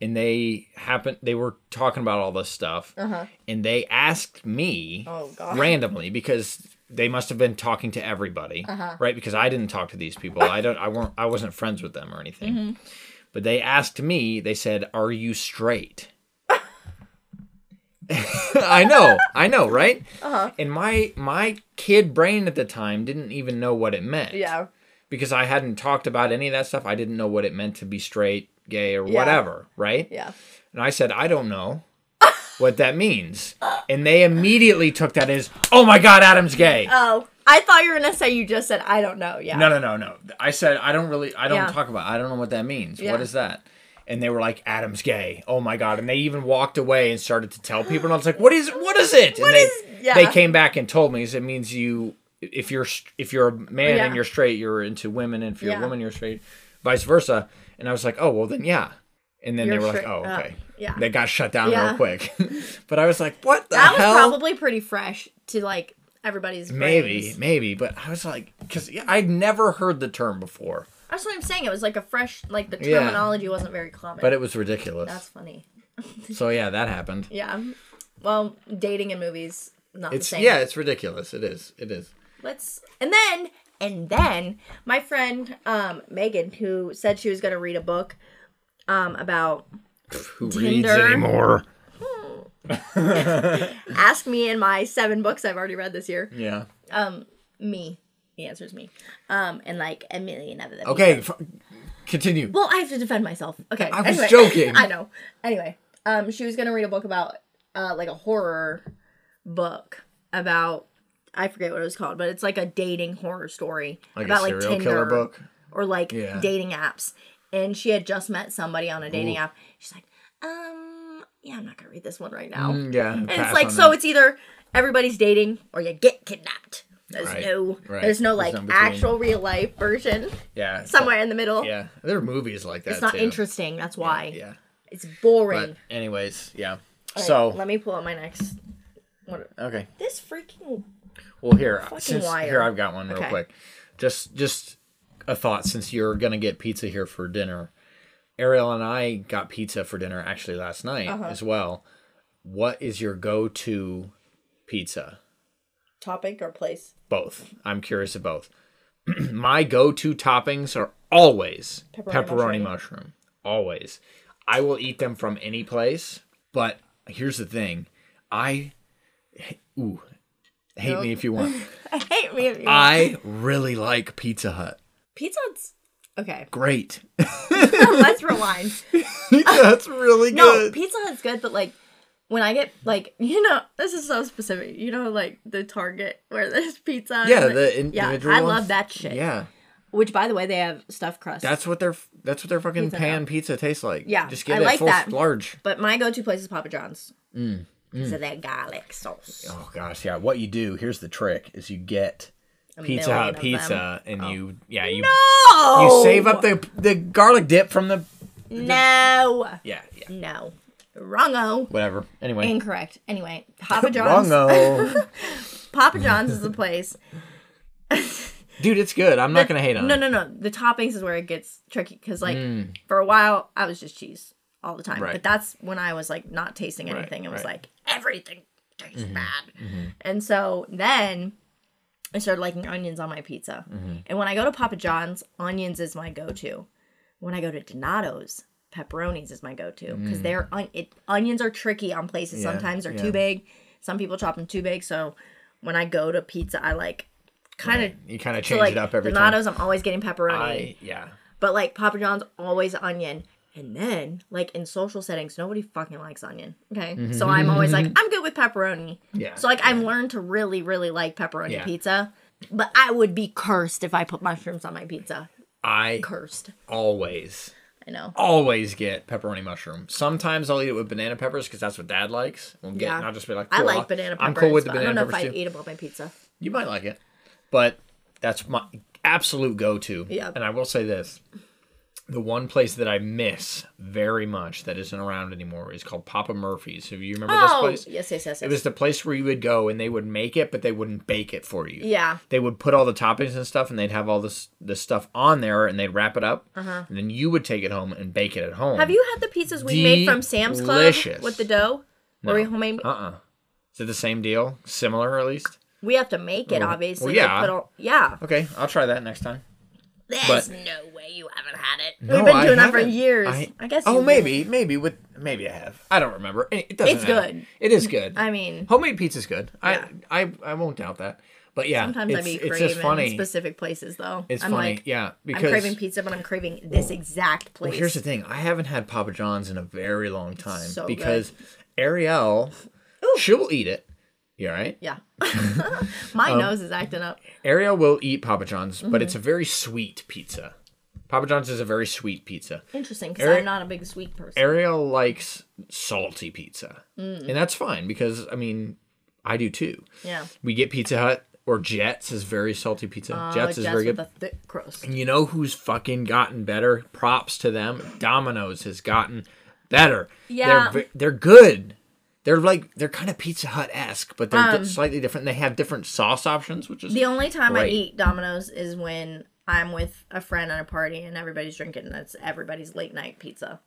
Speaker 1: and they happened they were talking about all this stuff
Speaker 2: Uh-huh.
Speaker 1: and they asked me
Speaker 2: Oh, God.
Speaker 1: randomly because they must have been talking to everybody
Speaker 2: Uh-huh.
Speaker 1: right because i didn't talk to these people i don't i weren't i wasn't friends with them or anything
Speaker 2: Mm-hmm.
Speaker 1: but they asked me they said are you straight <laughs> i know i know right uh-huh. and my my kid brain at the time didn't even know what it meant
Speaker 2: Yeah.
Speaker 1: because I hadn't talked about any of that stuff. I didn't know what it meant to be straight, gay, or
Speaker 2: Yeah.
Speaker 1: whatever, right?
Speaker 2: Yeah.
Speaker 1: And I said, I don't know what that means. And they immediately took that as, oh my God, Adam's gay.
Speaker 2: Oh, I thought you were gonna say you just said I don't know. Yeah.
Speaker 1: no, no, no, no. I said, I don't really, I don't
Speaker 2: Yeah.
Speaker 1: talk about, I don't know what that means.
Speaker 2: Yeah.
Speaker 1: What is that? And they were like, Adam's gay. Oh my God. And they even walked away and started to tell people. And I was like, what is, what is it?
Speaker 2: What
Speaker 1: and they,
Speaker 2: is- yeah.
Speaker 1: they came back and told me, it means you, if you're, st- if you're a man
Speaker 2: Yeah.
Speaker 1: and you're straight, you're into women. And if you're
Speaker 2: Yeah.
Speaker 1: a woman, you're straight, vice versa. And I was like, oh, well then, yeah. And then
Speaker 2: You're
Speaker 1: they were
Speaker 2: straight-
Speaker 1: like, oh,
Speaker 2: uh,
Speaker 1: okay.
Speaker 2: yeah.
Speaker 1: They got shut down
Speaker 2: Yeah.
Speaker 1: real quick. <laughs> but I was like, what the
Speaker 2: That was
Speaker 1: hell?
Speaker 2: probably pretty fresh to like everybody's
Speaker 1: Maybe,
Speaker 2: brains.
Speaker 1: maybe, but I was like, because I'd never heard the term before,
Speaker 2: That's what I'm saying. It was like a fresh, like the
Speaker 1: Yeah.
Speaker 2: terminology wasn't very common.
Speaker 1: but it was ridiculous.
Speaker 2: That's funny.
Speaker 1: so yeah, that happened.
Speaker 2: Yeah. Well, dating in movies not the
Speaker 1: It's
Speaker 2: same.
Speaker 1: yeah, it's ridiculous. It is. It is.
Speaker 2: Let's and then and then my friend um Megan who said she was gonna read a book um about
Speaker 1: Who
Speaker 2: reads Tinder.
Speaker 1: anymore?
Speaker 2: ask me in my seven books I've already read this year.
Speaker 1: Yeah.
Speaker 2: Me. The answer is me. Um and like a million other them.
Speaker 1: Okay. F- continue.
Speaker 2: Well, I have to defend myself. Okay.
Speaker 1: I was joking.
Speaker 2: <laughs> I know. Anyway, um, she was gonna read a book about uh like a horror book about I forget what it was called, but it's like a dating horror story
Speaker 1: Like
Speaker 2: about
Speaker 1: a serial killer book.
Speaker 2: or like
Speaker 1: Yeah.
Speaker 2: dating apps. And she had just met somebody on a dating app. She's like, um, yeah, I'm not gonna read this one right now.
Speaker 1: Mm, Yeah.
Speaker 2: And it's like so it's either everybody's dating or you get kidnapped. There's
Speaker 1: Right.
Speaker 2: no
Speaker 1: Right.
Speaker 2: there's no
Speaker 1: There's
Speaker 2: like
Speaker 1: no in between.
Speaker 2: actual real life version
Speaker 1: Yeah. so-
Speaker 2: somewhere in the middle.
Speaker 1: Yeah. There are movies like that.
Speaker 2: It's not
Speaker 1: too.
Speaker 2: interesting. That's why.
Speaker 1: Yeah.
Speaker 2: It's boring.
Speaker 1: But anyways, yeah.
Speaker 2: All right,
Speaker 1: so
Speaker 2: let me pull up my next. What,
Speaker 1: okay.
Speaker 2: this freaking
Speaker 1: Well, here
Speaker 2: Fucking
Speaker 1: since
Speaker 2: liar.
Speaker 1: here I've got one real
Speaker 2: Okay.
Speaker 1: quick. Just just a thought since you're gonna get pizza here for dinner. Ariel and I got pizza for dinner actually last night
Speaker 2: Uh-huh.
Speaker 1: as well. What is your go-to pizza?
Speaker 2: topic or place <laughs>
Speaker 1: Both. I'm curious of both. <clears throat> My go-to toppings are always
Speaker 2: Pepperoni
Speaker 1: pepperoni,
Speaker 2: mushroom.
Speaker 1: mushroom. Always. I will eat them from any place, but here's the thing. I ooh, hate me if you
Speaker 2: <laughs>
Speaker 1: want.
Speaker 2: hate me if you want.
Speaker 1: I really like Pizza Hut.
Speaker 2: Pizza Hut's
Speaker 1: <laughs>
Speaker 2: okay. <laughs>
Speaker 1: Great.
Speaker 2: Let's rewind.
Speaker 1: That's really
Speaker 2: No,
Speaker 1: good.
Speaker 2: Pizza Hut's good, but like when I get like <laughs> you know this is so specific. You know like the Target where there's pizza.
Speaker 1: yeah,
Speaker 2: and
Speaker 1: the
Speaker 2: yeah.
Speaker 1: individual.
Speaker 2: I
Speaker 1: ones.
Speaker 2: love that shit.
Speaker 1: Yeah,
Speaker 2: Which by the way, they have stuffed crust.
Speaker 1: that's what their that's what their fucking
Speaker 2: Pizza
Speaker 1: pan pizza tastes like.
Speaker 2: Yeah,
Speaker 1: just get
Speaker 2: I
Speaker 1: it
Speaker 2: like
Speaker 1: full
Speaker 2: that.
Speaker 1: large.
Speaker 2: but my go-to place is Papa John's. So that garlic sauce.
Speaker 1: Oh gosh, yeah. What Mm. you do? Here's the trick: is you get Pizza
Speaker 2: million
Speaker 1: Hut
Speaker 2: of Oh.
Speaker 1: pizza, and you yeah you
Speaker 2: No.
Speaker 1: you save up the the garlic dip from the
Speaker 2: No.
Speaker 1: yeah yeah
Speaker 2: No. Wrongo.
Speaker 1: whatever. Anyway,
Speaker 2: Incorrect. Anyway, Papa John's.
Speaker 1: <laughs>
Speaker 2: <laughs>
Speaker 1: wrongo,
Speaker 2: Papa John's is the place.
Speaker 1: dude. It's good. I'm not gonna hate on
Speaker 2: No,
Speaker 1: it.
Speaker 2: no, no. The toppings is where it gets tricky because, like, for a while I was just cheese all the time.
Speaker 1: Mm. Right.
Speaker 2: But that's when I was like not tasting anything. It was
Speaker 1: right. Mm-hmm.
Speaker 2: like everything tastes bad. And so then I started liking onions on my pizza.
Speaker 1: Mm-hmm.
Speaker 2: And when I go to Papa John's, onions is my go-to. When I go to Donato's, pepperonis is my go-to because they're on- it, onions are tricky on places.
Speaker 1: Mm. Yeah,
Speaker 2: Sometimes they're
Speaker 1: yeah.
Speaker 2: too big. Some people chop them too big. So when I go to pizza, I like kind of
Speaker 1: You kind of
Speaker 2: so
Speaker 1: change
Speaker 2: like
Speaker 1: it up every time.
Speaker 2: Donato's, I'm always getting pepperoni,
Speaker 1: I yeah.
Speaker 2: but like Papa John's, always onion. And then like in social settings, nobody fucking likes onion. Okay, so I'm always like, I'm good with pepperoni.
Speaker 1: Mm-hmm. Yeah.
Speaker 2: So like I've learned to really, really like pepperoni
Speaker 1: Yeah.
Speaker 2: pizza, but I would be cursed if I put mushrooms on my pizza.
Speaker 1: I
Speaker 2: Cursed.
Speaker 1: always
Speaker 2: I know.
Speaker 1: Oh, always get pepperoni mushroom. Sometimes I'll eat it with banana peppers because that's what Dad likes. We'll get,
Speaker 2: Yeah.
Speaker 1: and I'll just be like,
Speaker 2: I
Speaker 1: cool,
Speaker 2: like
Speaker 1: I'll-
Speaker 2: banana peppers.
Speaker 1: I'm cool with the
Speaker 2: but
Speaker 1: banana
Speaker 2: I don't know
Speaker 1: peppers
Speaker 2: if I
Speaker 1: too.
Speaker 2: eat them on my pizza.
Speaker 1: You might like it, but that's my absolute go-to.
Speaker 2: Yeah.
Speaker 1: And I will say this: the one place that I miss very much that isn't around anymore is called Papa Murphy's. Do you remember
Speaker 2: Oh
Speaker 1: this place?
Speaker 2: yes, yes, yes. yes.
Speaker 1: It was the place where you would go and they would make it, but they wouldn't bake it for you.
Speaker 2: yeah.
Speaker 1: they would put all the toppings and stuff, and they'd have all this this stuff on there, and they'd wrap it up, and then you would take it home and bake it at home.
Speaker 2: Uh-huh. Have you had the pizzas we made from Sam's Club
Speaker 1: Delicious.
Speaker 2: with the dough? Where we homemade?
Speaker 1: Uh uh Is it the same deal? Similar, at least?
Speaker 2: We have to make it, obviously.
Speaker 1: well,
Speaker 2: like,
Speaker 1: yeah.
Speaker 2: put all- yeah.
Speaker 1: Okay, I'll try that next time. But-
Speaker 2: There's no way you haven't had it.
Speaker 1: No,
Speaker 2: We've been
Speaker 1: I
Speaker 2: doing that for
Speaker 1: haven't.
Speaker 2: years. I,
Speaker 1: I-
Speaker 2: guess.
Speaker 1: Oh,
Speaker 2: you-
Speaker 1: maybe, maybe with maybe I have. I don't remember. It it doesn't.
Speaker 2: It's
Speaker 1: matter.
Speaker 2: good.
Speaker 1: It is good.
Speaker 2: I mean,
Speaker 1: Homemade pizza's good.
Speaker 2: Yeah.
Speaker 1: I, I I won't doubt that. But yeah,
Speaker 2: sometimes I
Speaker 1: it's,
Speaker 2: be
Speaker 1: it's
Speaker 2: craving
Speaker 1: just funny.
Speaker 2: specific places, though.
Speaker 1: It's
Speaker 2: I'm
Speaker 1: funny.
Speaker 2: like,
Speaker 1: yeah, because
Speaker 2: I'm craving pizza, but I'm craving this exact place.
Speaker 1: Well, here's the thing. I haven't had Papa John's in a very long time
Speaker 2: so
Speaker 1: because Ariel, she'll eat it. You all right? <laughs>
Speaker 2: <laughs> yeah. <laughs>
Speaker 1: Um,
Speaker 2: My nose is acting up.
Speaker 1: Ariel will eat Papa John's,
Speaker 2: Mm-hmm.
Speaker 1: but it's a very sweet pizza. Papa John's is a very sweet pizza.
Speaker 2: Interesting, because
Speaker 1: Ari-
Speaker 2: I'm not a big sweet person.
Speaker 1: Ariel likes salty pizza,
Speaker 2: Mm.
Speaker 1: and that's fine because I mean, I do too.
Speaker 2: yeah.
Speaker 1: We get Pizza Hut or Jets is very salty pizza. Jets is
Speaker 2: Ah, Jets
Speaker 1: very good.
Speaker 2: with a thick crust.
Speaker 1: And you know who's fucking gotten better? Props to them. Domino's has gotten better.
Speaker 2: Yeah.
Speaker 1: They're, ve- they're good. They're like they're kind of Pizza Hut esque, but they're di- slightly different. They have different sauce options, which is
Speaker 2: Um, The only time I
Speaker 1: Right.
Speaker 2: eat Domino's is when I'm with a friend at a party and everybody's drinking. and That's everybody's late night pizza.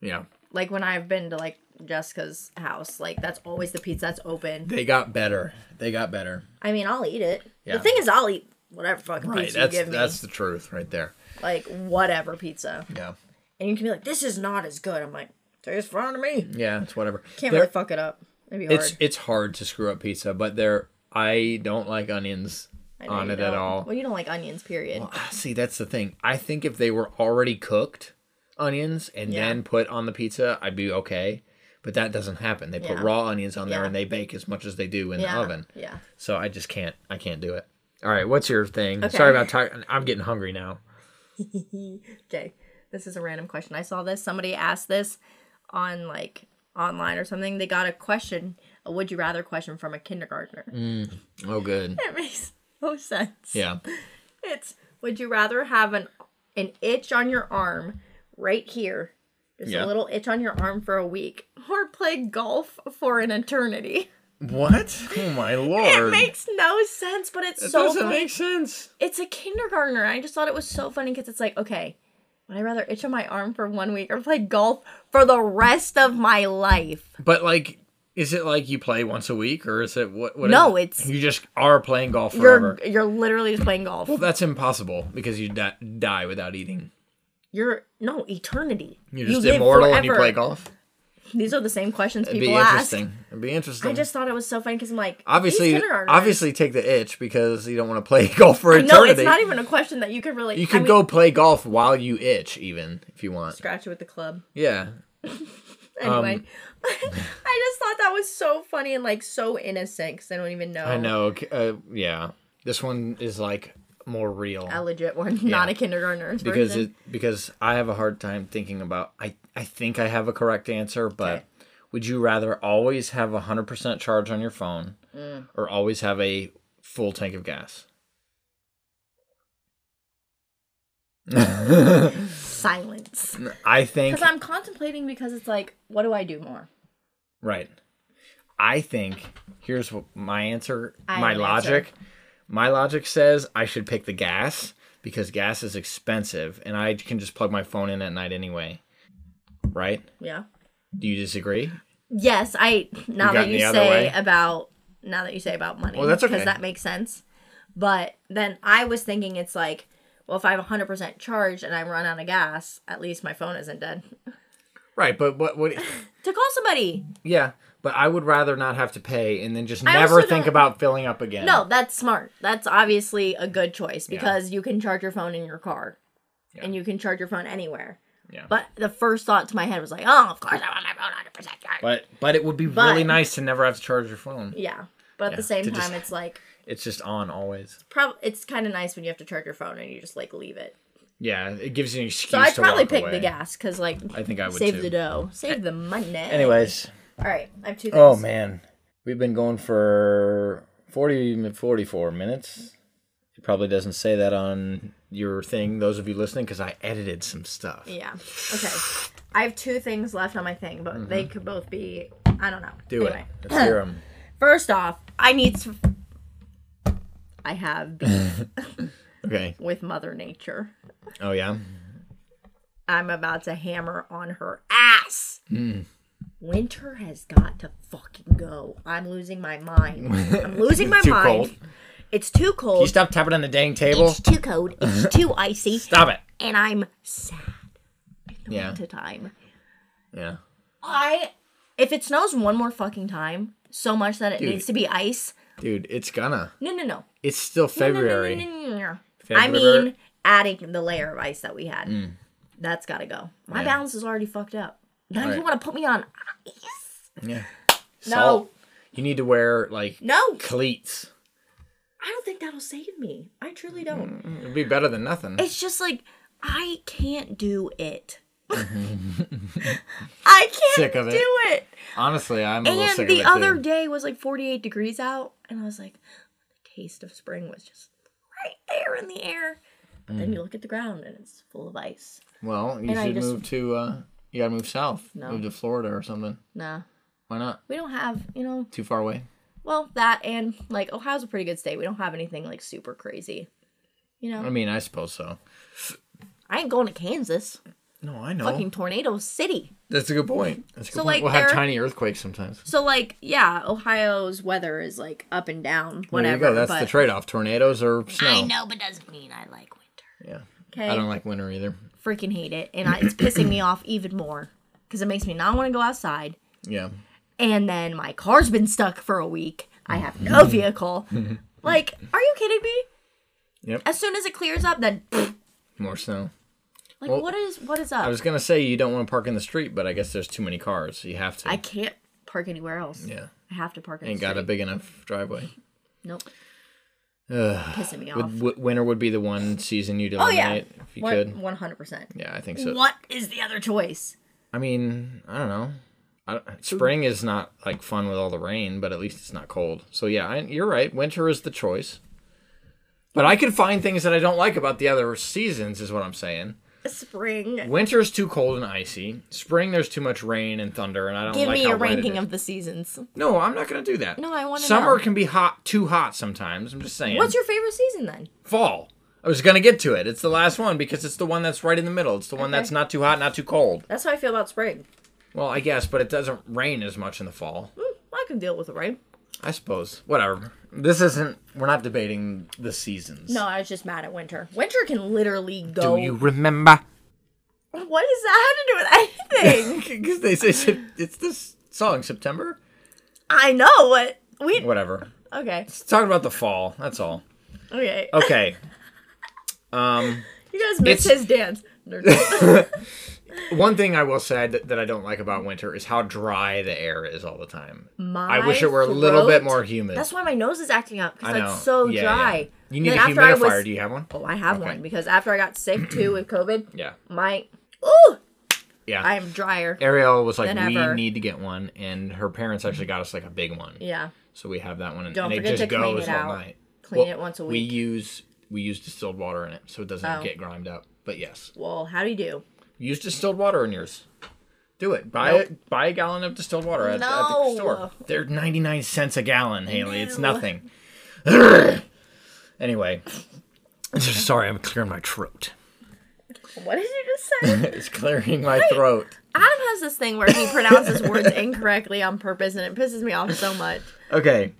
Speaker 1: yeah.
Speaker 2: Like when I've been to like Jessica's house, like that's always the pizza that's open.
Speaker 1: They got better. They got better.
Speaker 2: I mean, I'll eat it.
Speaker 1: Yeah.
Speaker 2: The thing is, I'll eat whatever fucking
Speaker 1: Right.
Speaker 2: pizza
Speaker 1: that's
Speaker 2: you give me.
Speaker 1: that's the truth right there.
Speaker 2: Like, whatever pizza.
Speaker 1: Yeah.
Speaker 2: And you can be like, this is not as good. I'm like, tastes fine to me.
Speaker 1: Yeah. It's whatever.
Speaker 2: Can't
Speaker 1: They're-
Speaker 2: really fuck it up. It'd be hard.
Speaker 1: it's it's hard to screw up pizza, but they're I don't like onions
Speaker 2: I know
Speaker 1: on
Speaker 2: you
Speaker 1: it at
Speaker 2: don't.
Speaker 1: all.
Speaker 2: Well, you don't like onions, period.
Speaker 1: Ah, See, that's the thing. I think if they were already cooked onions and
Speaker 2: Yeah.
Speaker 1: then put on the pizza, I'd be okay. But that doesn't happen. They put
Speaker 2: Yeah.
Speaker 1: raw onions on there
Speaker 2: Yeah.
Speaker 1: and they bake as much as they do in
Speaker 2: yeah.
Speaker 1: the oven.
Speaker 2: Yeah.
Speaker 1: So I just can't. I can't do it. All right, what's your thing?
Speaker 2: Okay.
Speaker 1: Sorry about talking. I'm getting hungry now.
Speaker 2: Okay. This is a random question. I saw this. Somebody asked this on like online or something. They got a question a would you rather question from a kindergartner.
Speaker 1: Oh, good.
Speaker 2: It makes no sense. <laughs>
Speaker 1: Yeah.
Speaker 2: It's would you rather have an an itch on your arm right here, just
Speaker 1: Yeah.
Speaker 2: a little itch on your arm for a week, or play golf for an eternity? <laughs>
Speaker 1: What? Oh my lord.
Speaker 2: It makes no sense, but it's
Speaker 1: That
Speaker 2: so
Speaker 1: doesn't
Speaker 2: funny.
Speaker 1: make sense.
Speaker 2: it's a kindergartner. I just thought it was so funny because it's like, okay, would I rather itch on my arm for one week or play golf for the rest of my life?
Speaker 1: But like, is it like you play once a week, or is it what? what
Speaker 2: No,
Speaker 1: is-
Speaker 2: it's-
Speaker 1: you just are playing golf forever.
Speaker 2: You're you're literally just playing golf.
Speaker 1: That's impossible because you di- die without eating.
Speaker 2: You're no eternity.
Speaker 1: You're just
Speaker 2: live
Speaker 1: immortal and you
Speaker 2: forever.
Speaker 1: play golf.
Speaker 2: These are the same questions
Speaker 1: It'd
Speaker 2: people
Speaker 1: be
Speaker 2: ask.
Speaker 1: interesting. It'd be interesting.
Speaker 2: I just thought it was so funny because I'm like,
Speaker 1: obviously,
Speaker 2: these kindergartners-
Speaker 1: obviously take the itch because you don't want to play <laughs> golf for eternity.
Speaker 2: No, it's not even a question that you could really.
Speaker 1: you could go play golf while you itch, even if you want.
Speaker 2: scratch it with the club.
Speaker 1: Yeah. Um,
Speaker 2: Anyway, <laughs> I just thought that was so funny and like so innocent because I don't even know.
Speaker 1: I know. ok- Uh, yeah, this one is like more real
Speaker 2: a legit one, not a kindergartner's
Speaker 1: because
Speaker 2: version.
Speaker 1: it because I have a hard time thinking about. I I think I have a correct answer, but
Speaker 2: Okay.
Speaker 1: would you rather always have a hundred percent charge on your phone
Speaker 2: Mm.
Speaker 1: or always have a full tank of gas?
Speaker 2: silence.
Speaker 1: I think
Speaker 2: Because I'm contemplating because it's like, what do I do more?
Speaker 1: Right. I think here's what my answer,
Speaker 2: I
Speaker 1: my
Speaker 2: have an answer.
Speaker 1: logic. My logic says I should pick the gas because gas is expensive and I can just plug my phone in at night anyway. Right?
Speaker 2: Yeah.
Speaker 1: Do you disagree?
Speaker 2: Yes, I. Now
Speaker 1: You got
Speaker 2: that
Speaker 1: in
Speaker 2: you
Speaker 1: the other
Speaker 2: say
Speaker 1: way?
Speaker 2: about now that you say about money,
Speaker 1: Well, that's okay.
Speaker 2: because that makes sense. But then I was thinking it's like, well, if I have 100 percent charged and I run out of gas, at least my phone isn't dead.
Speaker 1: Right, but what what
Speaker 2: to call somebody.
Speaker 1: yeah, but I would rather not have to pay and then just
Speaker 2: I
Speaker 1: never
Speaker 2: also
Speaker 1: think
Speaker 2: don't-
Speaker 1: about filling up again.
Speaker 2: No, that's smart. That's obviously a good choice because you can charge your phone in your car, and you can charge your phone anywhere.
Speaker 1: Yeah.
Speaker 2: But the first thought to my head was like, oh, of course I want my phone 100 percent charged.
Speaker 1: But but it would be
Speaker 2: But-
Speaker 1: really nice to never have to charge your phone.
Speaker 2: yeah. But at
Speaker 1: Yeah,
Speaker 2: the same
Speaker 1: to
Speaker 2: time,
Speaker 1: just-
Speaker 2: it's like
Speaker 1: It's just on always.
Speaker 2: prob- it's kind of nice when you have to charge your phone and you just like leave it.
Speaker 1: Yeah, it gives you an excuse
Speaker 2: So I'd
Speaker 1: to
Speaker 2: probably
Speaker 1: walk
Speaker 2: pick
Speaker 1: away.
Speaker 2: the gas because like
Speaker 1: I think I would
Speaker 2: save
Speaker 1: too.
Speaker 2: the dough, save the money.
Speaker 1: Anyways,
Speaker 2: all right, I have two things.
Speaker 1: Oh man, we've been going for 40 44 minutes. It probably doesn't say that on your thing, those of you listening, because I edited some stuff.
Speaker 2: Yeah. Okay. I have two things left on my thing, but they could both be. I don't know.
Speaker 1: Mm-hmm. Do
Speaker 2: Anyway.
Speaker 1: it. Let's hear 'em.
Speaker 2: First off, I need to. I
Speaker 1: <laughs>
Speaker 2: have beef
Speaker 1: Okay.
Speaker 2: with Mother Nature.
Speaker 1: Oh yeah.
Speaker 2: I'm about to hammer on her ass.
Speaker 1: Hmm.
Speaker 2: Winter has got to fucking go. I'm losing my mind.
Speaker 1: <laughs>
Speaker 2: I'm losing my
Speaker 1: Too
Speaker 2: mind.
Speaker 1: cold.
Speaker 2: It's too
Speaker 1: You
Speaker 2: cold.
Speaker 1: stop tapping on the dang table.
Speaker 2: It's too cold.
Speaker 1: <laughs>
Speaker 2: It's too icy.
Speaker 1: Stop it.
Speaker 2: And I'm sad in the
Speaker 1: Yeah.
Speaker 2: winter time.
Speaker 1: Yeah.
Speaker 2: I if it snows one more fucking time, so much that it needs to be ice.
Speaker 1: Dude, it's gonna.
Speaker 2: No, no, no.
Speaker 1: It's still
Speaker 2: No, no, no,
Speaker 1: February.
Speaker 2: no, no, no, no. I
Speaker 1: February. Mm.
Speaker 2: mean, adding the layer of ice that we had. That's got to go. My balance is already fucked up. Now you
Speaker 1: Right.
Speaker 2: want to put me on ice?
Speaker 1: Yeah.
Speaker 2: No.
Speaker 1: Salt. You need to wear like
Speaker 2: No,
Speaker 1: cleats.
Speaker 2: I don't think that'll save me. I truly don't.
Speaker 1: It'd be better than nothing.
Speaker 2: It's just like I can't do
Speaker 1: <laughs>
Speaker 2: it. I can't
Speaker 1: Sick of it.
Speaker 2: do it.
Speaker 1: Honestly, I'm a little sick
Speaker 2: And
Speaker 1: of it
Speaker 2: the other
Speaker 1: too.
Speaker 2: day was like 48 degrees out, and I was like, the taste of spring was just right there in the air. But
Speaker 1: Mm.
Speaker 2: then you look at the ground and it's full of ice.
Speaker 1: Well, you
Speaker 2: and I
Speaker 1: should
Speaker 2: just-
Speaker 1: move to. uh You gotta move south. Move to Florida or something.
Speaker 2: Nah,
Speaker 1: Why not?
Speaker 2: we don't have, you know,
Speaker 1: Too far away.
Speaker 2: well, that and like Ohio's a pretty good state. We don't have anything like super crazy. You
Speaker 1: I
Speaker 2: know,
Speaker 1: mean, I suppose so.
Speaker 2: I ain't going to Kansas.
Speaker 1: No, I know.
Speaker 2: Fucking tornado city.
Speaker 1: That's a good point. That's a good
Speaker 2: So,
Speaker 1: point.
Speaker 2: like,
Speaker 1: we'll have
Speaker 2: there-
Speaker 1: tiny earthquakes sometimes.
Speaker 2: So like, yeah, Ohio's weather is like up and down,
Speaker 1: There you
Speaker 2: whatever.
Speaker 1: go. That's
Speaker 2: but
Speaker 1: the trade-off: tornadoes or snow.
Speaker 2: I know, but doesn't mean I like winter.
Speaker 1: Yeah.
Speaker 2: Okay,
Speaker 1: I don't like winter either.
Speaker 2: freaking hate it, and I, it's pissing me off even more because it makes me not want to go outside.
Speaker 1: Yeah.
Speaker 2: And then my car's been stuck for a week. I
Speaker 1: <laughs>
Speaker 2: have no vehicle. like, are you kidding me?
Speaker 1: Yep.
Speaker 2: As soon as it clears up, then pfft,
Speaker 1: More snow.
Speaker 2: like, what is what is up?
Speaker 1: I
Speaker 2: I,
Speaker 1: was gonna say you don't want to park in the street, but I guess there's too many cars. so you have to.
Speaker 2: can't park anywhere else.
Speaker 1: yeah.
Speaker 2: I have to park. In
Speaker 1: Ain't
Speaker 2: the
Speaker 1: got a
Speaker 2: street.
Speaker 1: big enough driveway.
Speaker 2: Nope.
Speaker 1: Ugh.
Speaker 2: Pissing me off.
Speaker 1: Would, w- winter would be the one season you'd
Speaker 2: oh yeah.
Speaker 1: eliminate if you could.
Speaker 2: One hundred percent.
Speaker 1: Yeah, I think so.
Speaker 2: What is the other choice?
Speaker 1: I mean, I don't know. I don't, spring is not like fun with all the rain, but at least it's not cold. So yeah, I, you're right. Winter is the choice. But I can find things that I don't like about the other seasons, is what I'm saying.
Speaker 2: Spring.
Speaker 1: Winter's too cold and icy. Spring, there's too much rain and thunder, and I don't
Speaker 2: Give
Speaker 1: like
Speaker 2: me
Speaker 1: how
Speaker 2: a
Speaker 1: wet it
Speaker 2: ranking
Speaker 1: is.
Speaker 2: of the seasons.
Speaker 1: No, I'm not gonna do that.
Speaker 2: No, I wanna
Speaker 1: Summer
Speaker 2: know.
Speaker 1: can be hot, too hot sometimes. I'm just saying.
Speaker 2: What's your favorite season then?
Speaker 1: fall? I was gonna get to it. It's the last one because it's the one that's right in the middle. It's the one
Speaker 2: Okay.
Speaker 1: that's not too hot, not too cold.
Speaker 2: That's how I feel about spring.
Speaker 1: Well, I guess, but it doesn't rain as much in the fall.
Speaker 2: Mm, I can deal with it, right?
Speaker 1: I suppose. Whatever. This isn't. We're not debating the seasons.
Speaker 2: No, I was just mad at winter. Winter can literally go.
Speaker 1: Do you remember? <laughs>
Speaker 2: What does that have to do with <laughs> anything?
Speaker 1: Because they say Sep- it's this song September.
Speaker 2: I know what we.
Speaker 1: Whatever.
Speaker 2: Okay,
Speaker 1: It's talking about the fall. That's all.
Speaker 2: okay.
Speaker 1: Okay. um.
Speaker 2: You guys missed
Speaker 1: It's-
Speaker 2: his <laughs> dance. Nerd.
Speaker 1: One thing I will say that, that I don't like about winter is how dry the air is all the time.
Speaker 2: My
Speaker 1: I wish it were a little bit
Speaker 2: throat-
Speaker 1: more humid.
Speaker 2: That's why my nose is acting up
Speaker 1: I
Speaker 2: because
Speaker 1: know.
Speaker 2: it's so
Speaker 1: Yeah, yeah.
Speaker 2: dry.
Speaker 1: You need
Speaker 2: Then
Speaker 1: a
Speaker 2: after I
Speaker 1: humidifier.
Speaker 2: was-
Speaker 1: Do you have one?
Speaker 2: Oh, I have
Speaker 1: Okay.
Speaker 2: one because after I got
Speaker 1: <clears throat>
Speaker 2: sick too with COVID,
Speaker 1: Yeah.
Speaker 2: my ooh,
Speaker 1: Yeah.
Speaker 2: I am drier.
Speaker 1: Ariel was like,
Speaker 2: Than
Speaker 1: we
Speaker 2: ever.
Speaker 1: need to get one, and her parents actually got us like a big one,
Speaker 2: Yeah,
Speaker 1: so we have that one, and,
Speaker 2: Don't
Speaker 1: and it
Speaker 2: forget
Speaker 1: just
Speaker 2: to clean
Speaker 1: goes
Speaker 2: it
Speaker 1: all
Speaker 2: out.
Speaker 1: night.
Speaker 2: clean
Speaker 1: Well,
Speaker 2: it once a
Speaker 1: We
Speaker 2: week.
Speaker 1: use we use distilled water in it, so it doesn't
Speaker 2: Oh.
Speaker 1: get grimed up. But yes,
Speaker 2: well, how do you do?
Speaker 1: use distilled water in yours. Do it. Buy
Speaker 2: Nope.
Speaker 1: it. Buy a gallon of distilled water at, at the
Speaker 2: No.
Speaker 1: store. They're ninety nine cents a gallon, Haley. It's
Speaker 2: No.
Speaker 1: nothing. anyway, <laughs> sorry, I'm clearing my throat.
Speaker 2: What did you just say?
Speaker 1: <laughs> It's clearing my throat.
Speaker 2: Adam has this thing where he pronounces
Speaker 1: <laughs>
Speaker 2: words incorrectly on purpose, and it pisses me off so much.
Speaker 1: Okay,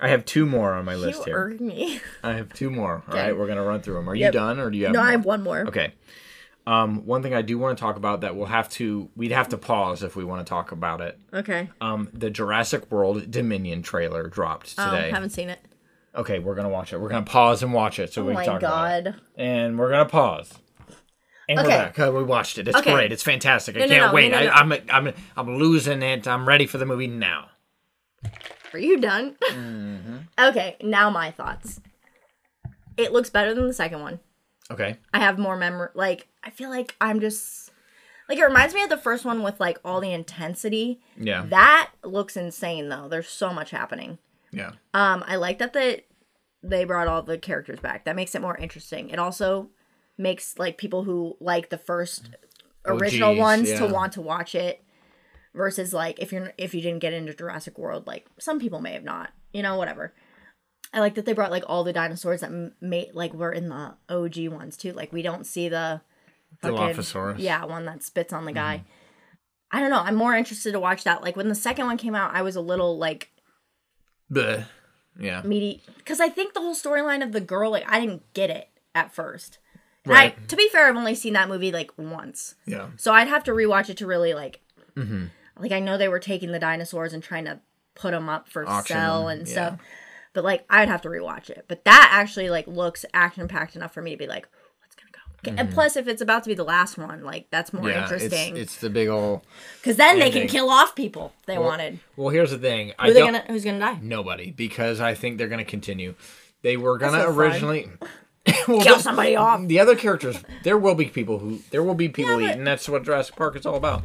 Speaker 1: I have two more on my
Speaker 2: You
Speaker 1: list here.
Speaker 2: irk me.
Speaker 1: I have two more. All
Speaker 2: Okay.
Speaker 1: right, we're gonna run through them. Are
Speaker 2: Yep.
Speaker 1: you done, or do you have?
Speaker 2: No, I
Speaker 1: more?
Speaker 2: have one more.
Speaker 1: Okay. Um, one thing I do want to talk about that we'll have to we'd have to pause if we want to talk about it.
Speaker 2: Okay.
Speaker 1: Um, the Jurassic World Dominion trailer dropped
Speaker 2: Um,
Speaker 1: today.
Speaker 2: haven't seen it.
Speaker 1: okay, we're gonna watch it. We're gonna pause and watch it so
Speaker 2: Oh
Speaker 1: we can
Speaker 2: my
Speaker 1: talk about it.
Speaker 2: god.
Speaker 1: And we're gonna pause. And we're
Speaker 2: Okay.
Speaker 1: back. Uh, We watched it. It's
Speaker 2: Okay.
Speaker 1: great. It's fantastic. I
Speaker 2: No, no,
Speaker 1: can't
Speaker 2: no,
Speaker 1: wait.
Speaker 2: no, no, no.
Speaker 1: I, I'm I'm I'm losing it. I'm ready for the movie now.
Speaker 2: Are you done?
Speaker 1: Mm-hmm.
Speaker 2: <laughs> okay, now my thoughts. It looks better than the second one.
Speaker 1: Okay.
Speaker 2: I have more memory. Like, I feel like I'm just. Like, it reminds me of the first one with, like, all the intensity.
Speaker 1: Yeah.
Speaker 2: That looks insane, though. There's so much happening.
Speaker 1: yeah.
Speaker 2: Um, I like that the, they brought all the characters back. That makes it more interesting. It also makes, like, people who like the first original
Speaker 1: geez,
Speaker 2: ones to
Speaker 1: yeah.
Speaker 2: want to watch it versus like if you're if you didn't get into Jurassic World like some people may have not you know whatever I like that they brought like all the dinosaurs that m- made like were in the OG ones too like we don't see the
Speaker 1: Dilophosaurus. Mm-hmm.
Speaker 2: yeah one that spits on the guy I don't know I'm more interested to watch that like when the second one came out I was a little like
Speaker 1: Bleh. Yeah.
Speaker 2: meaty because I think the whole storyline of the girl like I didn't get it at first And I,
Speaker 1: Right.
Speaker 2: to be fair I've only seen that movie like once
Speaker 1: Yeah.
Speaker 2: so I'd have to rewatch it to really like,
Speaker 1: Mm-hmm.
Speaker 2: like I know they were taking the dinosaurs and trying to put them up for
Speaker 1: Auction
Speaker 2: sale
Speaker 1: them,
Speaker 2: and
Speaker 1: yeah.
Speaker 2: stuff. But like I'd have to rewatch it. But that actually like looks action packed enough for me to be like, what's gonna go? And plus, if it's about to be the last one, like that's more
Speaker 1: Mm-hmm. Yeah. It's,
Speaker 2: interesting
Speaker 1: it's the big old.
Speaker 2: because then they can
Speaker 1: ending.
Speaker 2: kill off people if they wanted.
Speaker 1: Well, here's the thing. I
Speaker 2: Who they
Speaker 1: don't.
Speaker 2: gonna? Who's gonna die?
Speaker 1: Nobody, because I think they're going to continue. They were going to
Speaker 2: so fun.
Speaker 1: originally <laughs> well,
Speaker 2: Kill
Speaker 1: the-
Speaker 2: somebody off.
Speaker 1: <laughs> The other characters, there will be people who there will be people
Speaker 2: Yeah, but-
Speaker 1: eating. That's what Jurassic Park is all about.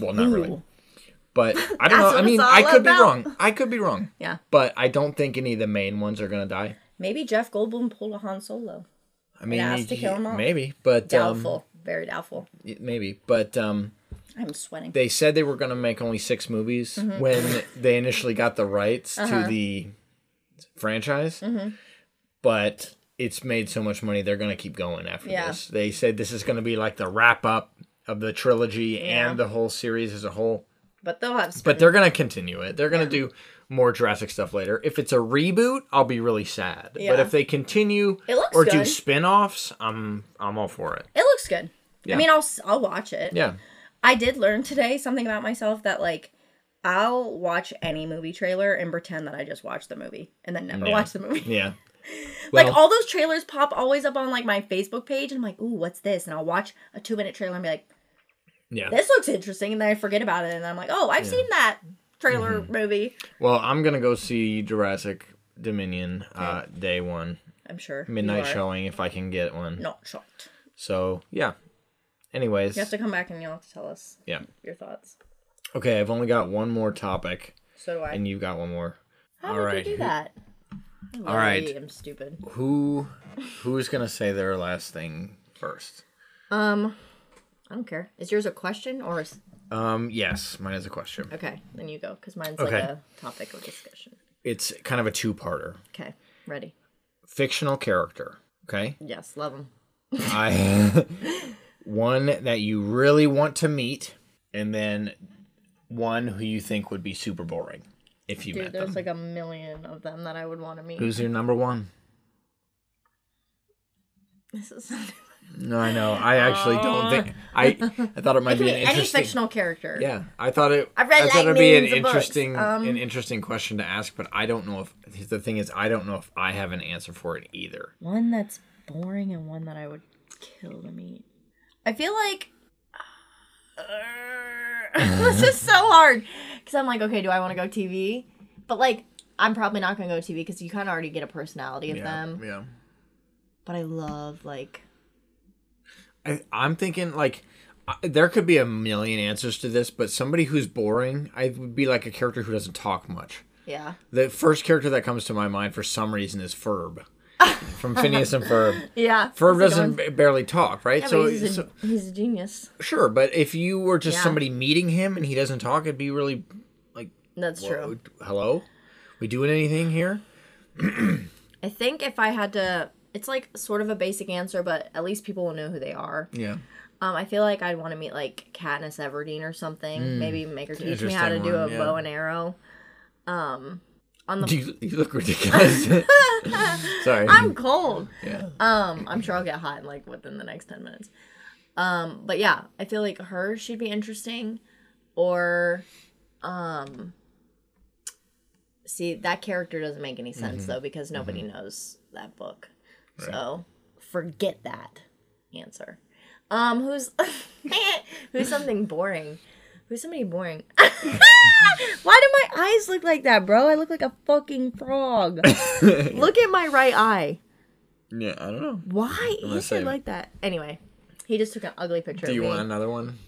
Speaker 1: Well, not really,
Speaker 2: Ooh. <laughs>
Speaker 1: but I don't know. I
Speaker 2: That's what
Speaker 1: mean,
Speaker 2: it's
Speaker 1: I
Speaker 2: all
Speaker 1: could be
Speaker 2: about.
Speaker 1: wrong. I could be wrong.
Speaker 2: Yeah.
Speaker 1: But I don't think any of the main ones are going to die.
Speaker 2: Maybe Jeff Goldblum pulled a Han Solo.
Speaker 1: I mean,
Speaker 2: asked to kill 'em all.
Speaker 1: maybe, but um,
Speaker 2: Doubtful. Very doubtful.
Speaker 1: maybe, but um,
Speaker 2: I'm sweating.
Speaker 1: they said they were going to make only six movies
Speaker 2: Mm-hmm.
Speaker 1: when they initially got the rights
Speaker 2: Uh-huh.
Speaker 1: to the franchise,
Speaker 2: Mm-hmm.
Speaker 1: but it's made so much money they're going to keep going after
Speaker 2: Yeah.
Speaker 1: this. They said this is going to be like the wrap up of the trilogy
Speaker 2: Yeah.
Speaker 1: and the whole series as a whole,
Speaker 2: but they'll have. Spin-
Speaker 1: but they're going to continue it. They're going to do more Jurassic stuff later. If it's a reboot, I'll be really sad.
Speaker 2: Yeah.
Speaker 1: But if they continue
Speaker 2: It looks
Speaker 1: or do
Speaker 2: good.
Speaker 1: spin-offs, I'm I'm all for it.
Speaker 2: it looks good.
Speaker 1: Yeah.
Speaker 2: I mean, I'll s- I'll watch it.
Speaker 1: Yeah.
Speaker 2: I did learn today something about myself that like I'll watch any movie trailer and pretend that I just watched the movie and then never
Speaker 1: Yeah.
Speaker 2: watch the movie. <laughs>
Speaker 1: Yeah.
Speaker 2: like all those trailers pop always up on like my Facebook page and I'm like, ooh, what's this? And I'll watch a two minute trailer and be like,
Speaker 1: yeah.
Speaker 2: this looks interesting, and then I forget about it and I'm like, oh, I've seen that trailer
Speaker 1: Mm-hmm.
Speaker 2: movie.
Speaker 1: Well, I'm gonna go see Jurassic Dominion uh, day one
Speaker 2: I'm sure. you
Speaker 1: midnight
Speaker 2: are
Speaker 1: showing if I can get one.
Speaker 2: Not shocked.
Speaker 1: So yeah. Anyways,
Speaker 2: You have to come back and you'll have to tell us
Speaker 1: yeah.
Speaker 2: your thoughts.
Speaker 1: Okay, I've only got one more topic,
Speaker 2: So do I.
Speaker 1: and you've got one more.
Speaker 2: How
Speaker 1: all
Speaker 2: did
Speaker 1: right,
Speaker 2: you
Speaker 1: who- <laughs>
Speaker 2: do that? I
Speaker 1: all right.
Speaker 2: really am stupid.
Speaker 1: Who, who's gonna say their last thing first?
Speaker 2: Um, I don't care. Is yours a question or is
Speaker 1: Um, yes, mine is a question.
Speaker 2: okay? Then you go because mine's
Speaker 1: Okay.
Speaker 2: like a topic of discussion.
Speaker 1: It's kind of a two-parter.
Speaker 2: Okay, ready?
Speaker 1: Fictional character. Okay,
Speaker 2: Yes, love them.
Speaker 1: I <laughs> one that you really want to meet, and then one who you think would be super boring if you met
Speaker 2: Dude,
Speaker 1: them.
Speaker 2: there's like a million of them that I would want to meet.
Speaker 1: Who's your number one?
Speaker 2: This is
Speaker 1: No, I know. I actually don't think I. I thought it might
Speaker 2: It could
Speaker 1: be
Speaker 2: be
Speaker 1: an
Speaker 2: <laughs> any
Speaker 1: interesting.
Speaker 2: fictional character.
Speaker 1: Yeah, I thought it.
Speaker 2: I've read
Speaker 1: I thought
Speaker 2: like
Speaker 1: it'd be an
Speaker 2: millions of books.
Speaker 1: interesting,
Speaker 2: Um,
Speaker 1: an interesting question to ask, but I don't know if the thing is, I don't know if I have an answer for it either.
Speaker 2: One that's boring and one that I would kill to meet. I feel like <laughs> this is so hard because I'm like, okay, do I want to go TV? But like, I'm probably not going to go TV because you kind of already get a personality of them.
Speaker 1: yeah.
Speaker 2: But I love like
Speaker 1: I, I'm thinking like I, there could be a million answers to this, but somebody who's boring, I would be like a character who doesn't talk much.
Speaker 2: yeah
Speaker 1: The first character that comes to my mind for some reason is
Speaker 2: <laughs>
Speaker 1: Ferb from Phineas and Ferb.
Speaker 2: yeah.
Speaker 1: Ferb doesn't ba- barely talk, right? so,
Speaker 2: so, he's, a,
Speaker 1: so-
Speaker 2: he's a genius.
Speaker 1: sure, but if you were just
Speaker 2: Yeah.
Speaker 1: somebody meeting him and he doesn't talk, it'd be really like,
Speaker 2: That's true.
Speaker 1: "Whoa, hello, we doing anything here?
Speaker 2: I think if I had to, it's like sort of a basic answer, but at least people will know who they are.
Speaker 1: Yeah,
Speaker 2: Um, I feel like I'd want to meet like Katniss Everdeen or something. Maybe make her teach me how to
Speaker 1: Mm. interesting
Speaker 2: do a
Speaker 1: one, yeah.
Speaker 2: bow and arrow.
Speaker 1: you, you look
Speaker 2: <laughs>
Speaker 1: ridiculous. Sorry,
Speaker 2: I'm cold. <laughs>
Speaker 1: yeah.
Speaker 2: Um, I'm sure I'll get hot in like within the next ten minutes. Um, but yeah, I feel like her she'd be interesting, or, um, see that character doesn't make any sense though because nobody knows that book, so forget that answer. Um, who's <laughs> who's something boring? Who's somebody boring? <laughs> Why do my eyes look like that, bro? I look like a fucking frog. look at my right eye.
Speaker 1: yeah, I don't know.
Speaker 2: Why is
Speaker 1: save
Speaker 2: it
Speaker 1: it.
Speaker 2: like that? Anyway, he just took an ugly picture.
Speaker 1: Do
Speaker 2: of
Speaker 1: you
Speaker 2: me.
Speaker 1: want another one?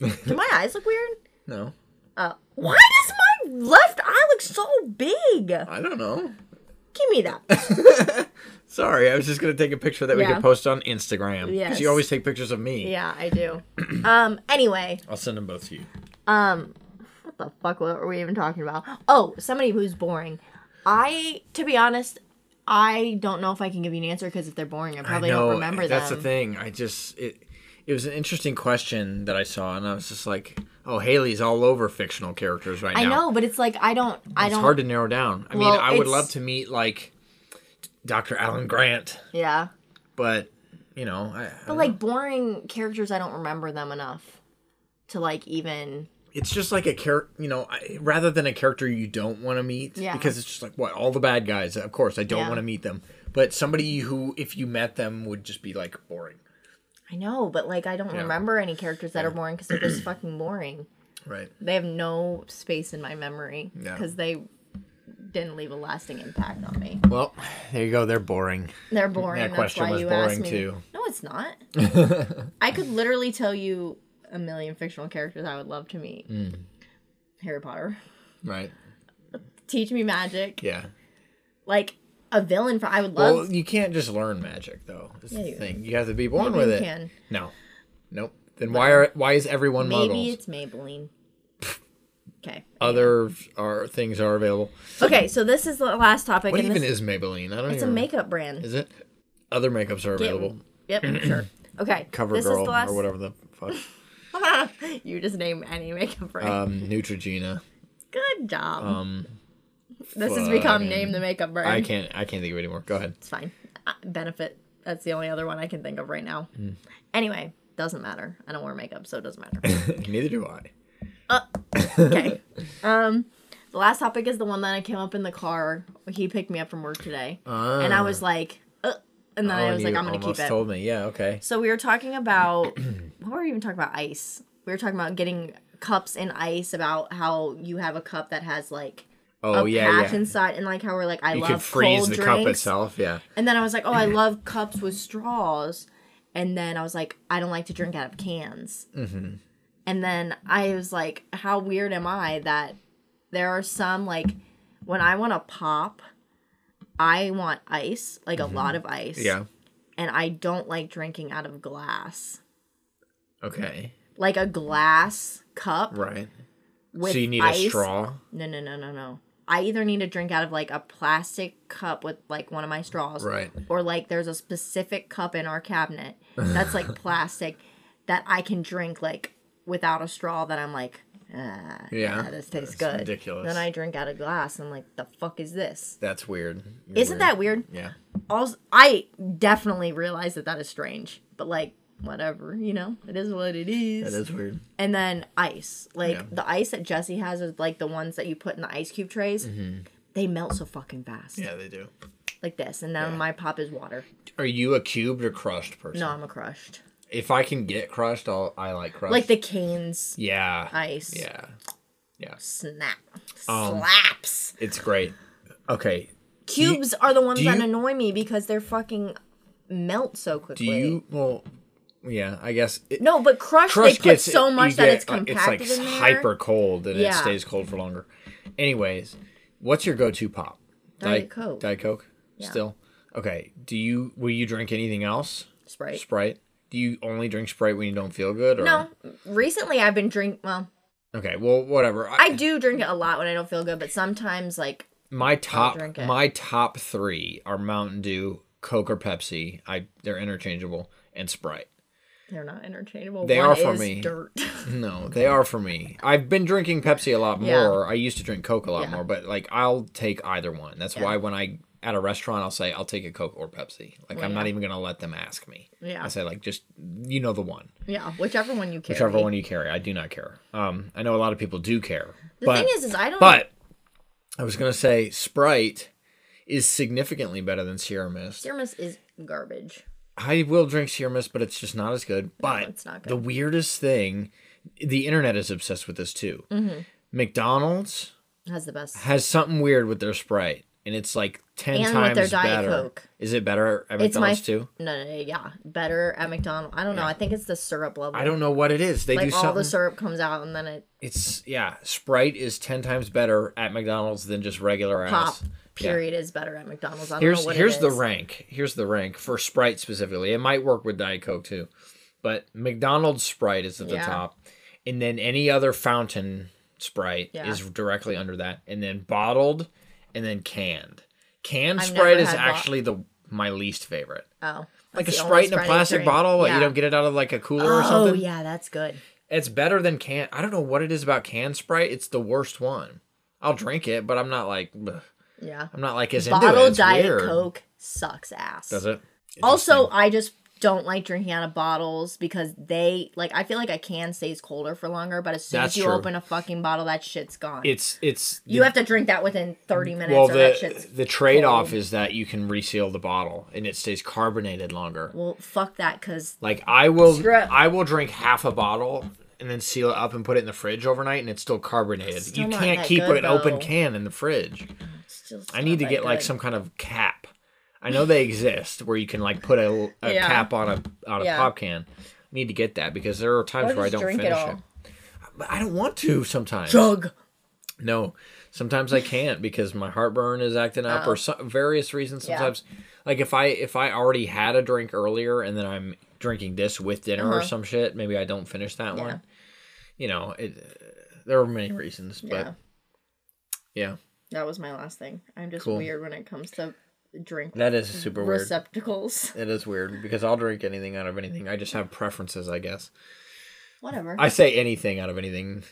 Speaker 2: Do my eyes look weird?
Speaker 1: No.
Speaker 2: Uh, why does my left eye look so big? Give
Speaker 1: I don't know. <laughs>
Speaker 2: me that.
Speaker 1: Sorry, I was just gonna take a picture that we
Speaker 2: Yeah.
Speaker 1: could post on Instagram. Because
Speaker 2: Yes.
Speaker 1: you always take pictures of me.
Speaker 2: yeah, I do. Um. Anyway,
Speaker 1: I'll send them both to you.
Speaker 2: um, what the fuck were we even talking about? Oh, somebody who's boring. I, to be honest, I don't know if I can give you an answer because if they're boring, I probably Oh, don't remember
Speaker 1: that's
Speaker 2: them.
Speaker 1: the thing. I just it it was an interesting question that I saw, and I was just like, oh, Haley's all over fictional characters right
Speaker 2: I
Speaker 1: now.
Speaker 2: know, but it's like I don't. I
Speaker 1: It's
Speaker 2: don't.
Speaker 1: hard to narrow down. I
Speaker 2: Well,
Speaker 1: mean, I would
Speaker 2: it's-
Speaker 1: love to meet like Dr. Alan Grant,
Speaker 2: yeah,
Speaker 1: but you know, I, I
Speaker 2: but
Speaker 1: don't know.
Speaker 2: like boring characters, I don't remember them enough to like even
Speaker 1: it's just like a character, you know, I, rather than a character you don't want to meet.
Speaker 2: Yeah.
Speaker 1: Because it's just like, what? All the bad guys. Of course, I don't
Speaker 2: Yeah.
Speaker 1: want to meet them. But somebody who, if you met them, would just be like boring.
Speaker 2: I know, but like I don't remember any
Speaker 1: <clears throat>
Speaker 2: characters that are boring because they're just fucking boring.
Speaker 1: Right.
Speaker 2: They have no space in my memory
Speaker 1: Yeah.
Speaker 2: because they didn't leave a lasting impact on me.
Speaker 1: Well, there you go. They're boring.
Speaker 2: They're boring.
Speaker 1: That
Speaker 2: that's
Speaker 1: question
Speaker 2: why
Speaker 1: was
Speaker 2: you asked
Speaker 1: boring,
Speaker 2: me.
Speaker 1: too.
Speaker 2: No,
Speaker 1: <laughs>
Speaker 2: it's not. I could literally tell you a million fictional characters I would love to meet.
Speaker 1: Mm.
Speaker 2: Harry Potter,
Speaker 1: Right.
Speaker 2: teach me magic.
Speaker 1: Yeah.
Speaker 2: Like a villain for I would love.
Speaker 1: Well, you can't just learn magic, though. That's
Speaker 2: Yeah,
Speaker 1: the
Speaker 2: you-
Speaker 1: thing. You have to be born
Speaker 2: Maybe
Speaker 1: with
Speaker 2: you
Speaker 1: it.
Speaker 2: can.
Speaker 1: No. Nope. Then why are why is everyone
Speaker 2: Maybe
Speaker 1: muggles? <laughs>
Speaker 2: it's Maybelline. okay.
Speaker 1: Other are things are available.
Speaker 2: Okay, so this is the last topic.
Speaker 1: What
Speaker 2: and
Speaker 1: even
Speaker 2: this,
Speaker 1: is Maybelline? I don't
Speaker 2: it's a
Speaker 1: even.
Speaker 2: makeup brand.
Speaker 1: is it? Other makeups are
Speaker 2: Get-
Speaker 1: available. <clears throat>
Speaker 2: Yep, sure. Okay.
Speaker 1: Cover
Speaker 2: this
Speaker 1: Girl
Speaker 2: is the last...
Speaker 1: or whatever the fuck.
Speaker 2: <laughs> you just name any makeup brand.
Speaker 1: Um, Neutrogena.
Speaker 2: Good job.
Speaker 1: Um,
Speaker 2: this has become
Speaker 1: fucking-
Speaker 2: name the makeup brand.
Speaker 1: I can't. I can't think of anymore. Go ahead. <laughs>
Speaker 2: It's fine. Uh, Benefit. That's the only other one I can think of right now.
Speaker 1: Hmm.
Speaker 2: Anyway, doesn't matter. I don't wear makeup, so it doesn't
Speaker 1: <laughs>
Speaker 2: matter.
Speaker 1: Neither do I.
Speaker 2: okay. Um, the last topic is the one that I came up in the car. He picked me up from work today, and I was like, uh, and then I was like, I'm gonna keep it.
Speaker 1: oh, Told me. Yeah. Okay.
Speaker 2: So we were talking
Speaker 1: <clears throat>
Speaker 2: about what were we even talking about? Ice. We were talking about getting cups in ice about how you have a cup that has like
Speaker 1: Oh
Speaker 2: a
Speaker 1: yeah.
Speaker 2: patch
Speaker 1: Yeah.
Speaker 2: inside and like how we're like I
Speaker 1: You
Speaker 2: love
Speaker 1: could freeze
Speaker 2: cold
Speaker 1: the
Speaker 2: drinks.
Speaker 1: cup itself. Yeah.
Speaker 2: And then I was like, oh, I love cups with straws. And then I was like, I don't like to drink out of cans. Mm-hmm. And then I was like, how weird am I that there are some like when I want to pop, I want ice, like a lot of ice.
Speaker 1: Mm-hmm. Yeah.
Speaker 2: And I don't like drinking out of glass.
Speaker 1: Okay.
Speaker 2: Like a glass cup
Speaker 1: Right.
Speaker 2: with
Speaker 1: so you need
Speaker 2: ice.
Speaker 1: a straw.
Speaker 2: No, no, no, no, no. I either need to drink out of like a plastic cup with like one of my straws.
Speaker 1: Right.
Speaker 2: Or like there's a specific cup in our cabinet
Speaker 1: <laughs>
Speaker 2: that's like plastic that I can drink like without a straw that I'm like, ah,
Speaker 1: Yeah.
Speaker 2: yeah, this
Speaker 1: That's
Speaker 2: tastes good.
Speaker 1: ridiculous.
Speaker 2: Then I drink out of glass and I'm like, the fuck is this?
Speaker 1: That's weird. You're
Speaker 2: Isn't that weird?
Speaker 1: Yeah.
Speaker 2: Also, I definitely realize that that is strange, but like, whatever, you know, it is what it
Speaker 1: That
Speaker 2: is.
Speaker 1: is weird.
Speaker 2: And then ice. Like
Speaker 1: Yeah.
Speaker 2: the ice that Jesse has is like the ones that you put in the ice cube trays. They melt so fucking fast.
Speaker 1: Mm-hmm. Yeah, they do.
Speaker 2: Like this. And then my pop is water.
Speaker 1: Are you a cubed or crushed person?
Speaker 2: No, I'm a crushed.
Speaker 1: If I can get crushed, I'll I like crushed.
Speaker 2: Like the canes
Speaker 1: yeah.
Speaker 2: ice.
Speaker 1: Yeah. Yeah.
Speaker 2: Snap.
Speaker 1: Um,
Speaker 2: Slaps.
Speaker 1: It's great. Okay.
Speaker 2: Cubes are the ones
Speaker 1: do
Speaker 2: that
Speaker 1: you-
Speaker 2: annoy me because they're fucking melt so
Speaker 1: Do
Speaker 2: quickly.
Speaker 1: you well yeah, I guess it,
Speaker 2: No, but crushed,
Speaker 1: crush
Speaker 2: they put
Speaker 1: gets
Speaker 2: so
Speaker 1: you
Speaker 2: much that
Speaker 1: get,
Speaker 2: it's
Speaker 1: like,
Speaker 2: compacted
Speaker 1: It's like
Speaker 2: in there.
Speaker 1: hyper cold and it
Speaker 2: Yeah.
Speaker 1: stays cold for longer. Anyways, what's your go-to pop?
Speaker 2: Diet Coke.
Speaker 1: Diet Coke. Still. Okay. Do you will you drink anything else?
Speaker 2: Sprite.
Speaker 1: Sprite. Do you only drink Sprite when you don't feel good? Or?
Speaker 2: No, recently I've been drink. Well,
Speaker 1: Okay. Well, whatever.
Speaker 2: I do drink it a lot when I don't feel good, but sometimes like
Speaker 1: my top
Speaker 2: drink it.
Speaker 1: my top three are Mountain Dew, Coke or Pepsi. I they're interchangeable and Sprite.
Speaker 2: They're not interchangeable.
Speaker 1: They
Speaker 2: One
Speaker 1: are for
Speaker 2: is
Speaker 1: me.
Speaker 2: Dirt. <laughs>
Speaker 1: No, they are for me. I've been drinking Pepsi a lot
Speaker 2: Yeah.
Speaker 1: more. I used to drink Coke a lot
Speaker 2: Yeah.
Speaker 1: more, but like I'll take either one. That's
Speaker 2: Yeah.
Speaker 1: why when I at a restaurant I'll say I'll take a Coke or Pepsi. Like
Speaker 2: Well,
Speaker 1: I'm not
Speaker 2: yeah.
Speaker 1: even gonna let them ask me.
Speaker 2: Yeah.
Speaker 1: I say like just you know the one.
Speaker 2: yeah, whichever one you carry.
Speaker 1: Whichever one you carry. I do not care. Um I know a lot of people do care.
Speaker 2: The
Speaker 1: but
Speaker 2: thing is, is I don't.
Speaker 1: but I was gonna say Sprite is significantly better than Sierra Mist.
Speaker 2: Serumus is garbage.
Speaker 1: I will drink Sierra Mist, but it's just not as good. But
Speaker 2: it's not good.
Speaker 1: the weirdest thing, the internet is obsessed with this too.
Speaker 2: Mm-hmm.
Speaker 1: McDonald's
Speaker 2: It Has the best.
Speaker 1: has something weird with their Sprite, and it's like ten
Speaker 2: And with
Speaker 1: times
Speaker 2: their Diet
Speaker 1: better.
Speaker 2: Coke.
Speaker 1: Is it better at
Speaker 2: It's my
Speaker 1: McDonald's too?
Speaker 2: No, no, no, yeah, better at McDonald's. I don't know. I think it's the syrup level.
Speaker 1: I don't know what it is. They
Speaker 2: like
Speaker 1: do
Speaker 2: all the
Speaker 1: something.
Speaker 2: syrup comes out and then it
Speaker 1: it's yeah. Sprite is ten times better at McDonald's than just regular
Speaker 2: pop.
Speaker 1: ass. Yeah.
Speaker 2: Period is better at McDonald's. I don't know
Speaker 1: Here's
Speaker 2: what
Speaker 1: here's
Speaker 2: it
Speaker 1: the
Speaker 2: is.
Speaker 1: rank. Here's the rank for Sprite specifically. It might work with Diet Coke too, but McDonald's Sprite is at the
Speaker 2: Yeah.
Speaker 1: top, and then any other fountain Sprite
Speaker 2: Yeah.
Speaker 1: is directly under that, and then bottled, and then canned. Canned
Speaker 2: I've
Speaker 1: Sprite
Speaker 2: never
Speaker 1: is
Speaker 2: had bo-
Speaker 1: actually the my least favorite.
Speaker 2: Oh,
Speaker 1: Like a
Speaker 2: that's the only
Speaker 1: Sprite in a
Speaker 2: I
Speaker 1: plastic
Speaker 2: drink.
Speaker 1: bottle, what,
Speaker 2: Yeah.
Speaker 1: you don't get it out of like a cooler or
Speaker 2: Oh
Speaker 1: something.
Speaker 2: yeah, that's good.
Speaker 1: It's better than can. I don't know what it is about canned Sprite. It's the worst one. I'll drink it, but I'm not like "Ugh."
Speaker 2: Yeah,
Speaker 1: I'm not like as into it.
Speaker 2: bottle
Speaker 1: It's
Speaker 2: Diet
Speaker 1: weird.
Speaker 2: Coke sucks ass.
Speaker 1: Does it?
Speaker 2: Also, I just don't like drinking out of bottles because they like I feel like a can stays colder for longer, but as soon
Speaker 1: That's
Speaker 2: as you
Speaker 1: true.
Speaker 2: open a fucking bottle, that shit's gone.
Speaker 1: it's it's
Speaker 2: you have to drink that within thirty minutes
Speaker 1: well
Speaker 2: or
Speaker 1: the
Speaker 2: that shit's
Speaker 1: the trade off is that you can reseal the bottle and it stays carbonated longer.
Speaker 2: well fuck that because
Speaker 1: Like I will
Speaker 2: Screw it.
Speaker 1: I will drink half a bottle and then seal it up and put it in the fridge overnight and it's still carbonated.
Speaker 2: still
Speaker 1: you
Speaker 2: not
Speaker 1: can't
Speaker 2: that
Speaker 1: keep
Speaker 2: good,
Speaker 1: an open
Speaker 2: though.
Speaker 1: can in the fridge.
Speaker 2: still it's
Speaker 1: I need
Speaker 2: not
Speaker 1: to
Speaker 2: that
Speaker 1: get like
Speaker 2: good.
Speaker 1: some kind of cap. I know they exist where you can like put a, a
Speaker 2: Yeah.
Speaker 1: cap on a on a
Speaker 2: Yeah.
Speaker 1: pop can. I need to get that because there are times
Speaker 2: Or
Speaker 1: where I
Speaker 2: just
Speaker 1: don't
Speaker 2: drink it
Speaker 1: finish it,
Speaker 2: all.
Speaker 1: But I don't want to sometimes.
Speaker 2: jug.
Speaker 1: No, sometimes I can't because my heartburn is acting up or so, various reasons.
Speaker 2: Oh. Yeah.
Speaker 1: Sometimes, like if I if I already had a drink earlier and then I'm drinking this with dinner or some shit, maybe I don't finish that
Speaker 2: Uh-huh. Yeah.
Speaker 1: one. You know, it. There are many reasons,
Speaker 2: Yeah.
Speaker 1: but yeah,
Speaker 2: That was my last thing. I'm just
Speaker 1: Cool.
Speaker 2: weird when it comes to drink
Speaker 1: that is super weird.
Speaker 2: receptacles. <laughs>
Speaker 1: It is weird because I'll drink anything out of anything. I just have preferences, I guess.
Speaker 2: Whatever.
Speaker 1: I say anything out of anything,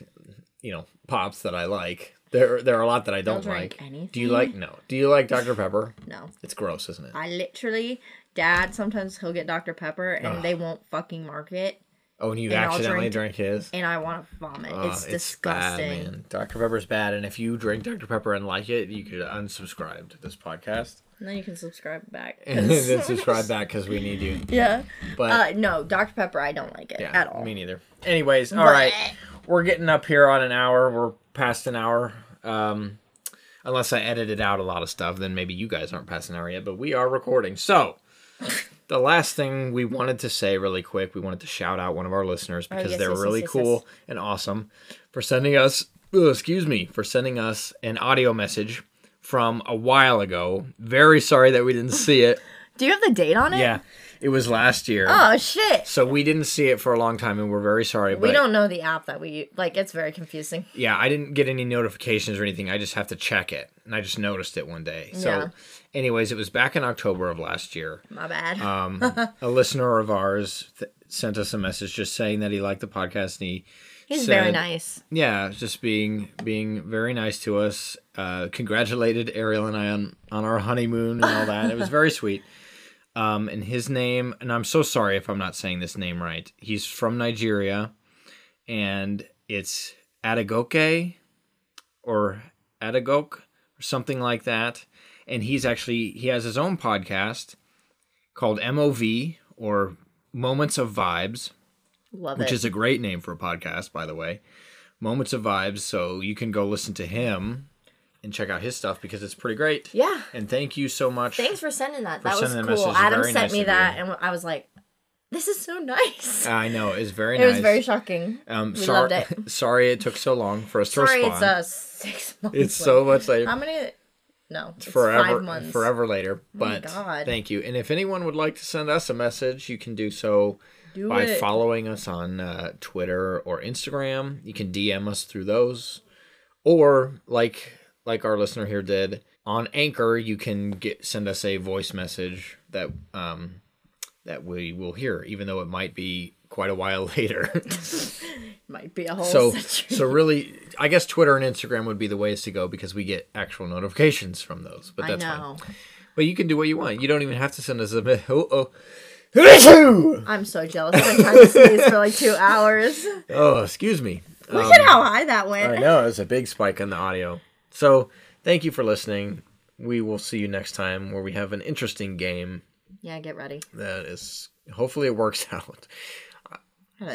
Speaker 1: you know, pops that I like. There, there are a lot that I don't
Speaker 2: drink
Speaker 1: like. Do you like no? Do you like Dr Pepper?
Speaker 2: no.
Speaker 1: It's gross, isn't it?
Speaker 2: I literally dad sometimes he'll get Dr. Pepper and they won't fucking mark it
Speaker 1: Oh, and you
Speaker 2: And I'll
Speaker 1: accidentally
Speaker 2: drink-
Speaker 1: drank his.
Speaker 2: and I wanna vomit.
Speaker 1: Ah,
Speaker 2: it's
Speaker 1: bad,
Speaker 2: disgusting.
Speaker 1: man. Dr Pepper's bad, and if you drink Dr Pepper and like it, you could unsubscribe to this podcast
Speaker 2: And then you can subscribe back.
Speaker 1: <laughs> and
Speaker 2: <laughs>
Speaker 1: then subscribe back because we need you.
Speaker 2: yeah.
Speaker 1: But
Speaker 2: Uh, no, Dr. Pepper, I don't like it
Speaker 1: yeah,
Speaker 2: at all.
Speaker 1: me neither. Anyways, all right, we're getting up here on an hour. We're past an hour. Um,
Speaker 2: <laughs>
Speaker 1: unless I edited out a lot of stuff, then maybe you guys aren't past an hour yet, but we are recording. So the last thing we wanted to say really quick, we wanted to shout out one of our listeners because
Speaker 2: Oh, yes,
Speaker 1: they're
Speaker 2: yes, yes,
Speaker 1: really
Speaker 2: yes,
Speaker 1: cool and awesome for sending us, ugh, excuse me, for sending us an audio message from a while ago. Very sorry that we didn't see
Speaker 2: <laughs>
Speaker 1: it.
Speaker 2: Do you have the date on it?
Speaker 1: yeah, it was last year.
Speaker 2: Oh shit.
Speaker 1: So we didn't see it for a long time and we're very sorry. But
Speaker 2: We don't know the app that we u- like. It's very confusing.
Speaker 1: yeah, I didn't get any notifications or anything. I just have to check it. And I just noticed it one day. So,
Speaker 2: Yeah.
Speaker 1: anyways, it was back in October of last year.
Speaker 2: My bad. <laughs>
Speaker 1: Um, a listener of ours th- sent us a message just saying that he liked the podcast and he
Speaker 2: He's
Speaker 1: said-
Speaker 2: very nice.
Speaker 1: Yeah, just being being very nice to us. Uh, congratulated Ariel and I on on our honeymoon and all that. it was very sweet. Um, and his name, and I'm so sorry if I'm not saying this name right. He's from Nigeria, and it's Adagoke or Adagoke or something like that. And he's actually he has his own podcast called MOV or Moments of Vibes
Speaker 2: Love
Speaker 1: which
Speaker 2: it.
Speaker 1: is a great name for a podcast, by the way. Moments of Vibes. So you can go listen to him and check out his stuff because it's pretty great.
Speaker 2: yeah.
Speaker 1: And thank you so much.
Speaker 2: Thanks for sending that. that was
Speaker 1: sending the
Speaker 2: cool.
Speaker 1: message.
Speaker 2: Adam
Speaker 1: Very
Speaker 2: sent
Speaker 1: nice
Speaker 2: me
Speaker 1: of
Speaker 2: that, and I was like, "This is so nice."
Speaker 1: I know it's very
Speaker 2: it
Speaker 1: nice.
Speaker 2: was very shocking.
Speaker 1: um,
Speaker 2: we
Speaker 1: sorry,
Speaker 2: loved
Speaker 1: <laughs>
Speaker 2: it.
Speaker 1: sorry it took so long for us to
Speaker 2: Sorry,
Speaker 1: respond.
Speaker 2: it's uh six months.
Speaker 1: It's
Speaker 2: later.
Speaker 1: so much later.
Speaker 2: how many? No, it's
Speaker 1: forever,
Speaker 2: five months. Oh
Speaker 1: forever later. But
Speaker 2: God.
Speaker 1: thank you. And if anyone would like to send us a message, you can do so
Speaker 2: Do
Speaker 1: by
Speaker 2: it.
Speaker 1: following us on uh, Twitter or Instagram. You can DM us through those, or like like our listener here did on Anchor, you can get send us a voice message that um that we will hear, even though it might be quite a while <laughs> later.
Speaker 2: Might be a whole.
Speaker 1: so
Speaker 2: century.
Speaker 1: so really i guess twitter and instagram would be the ways to go because we get actual notifications from those but
Speaker 2: I
Speaker 1: that's fine
Speaker 2: know.
Speaker 1: but you can do what you want you don't even have to send us a <laughs>
Speaker 2: <laughs>
Speaker 1: me- oh oh <laughs>
Speaker 2: I'm so jealous. I've been trying to sneeze for like two hours. Look
Speaker 1: oh excuse me Um,
Speaker 2: at how high that
Speaker 1: i
Speaker 2: went.
Speaker 1: know it was a big spike in the audio so thank you for listening we will see you next time where we have an interesting game
Speaker 2: Yeah, get ready.
Speaker 1: that is hopefully it works <laughs> out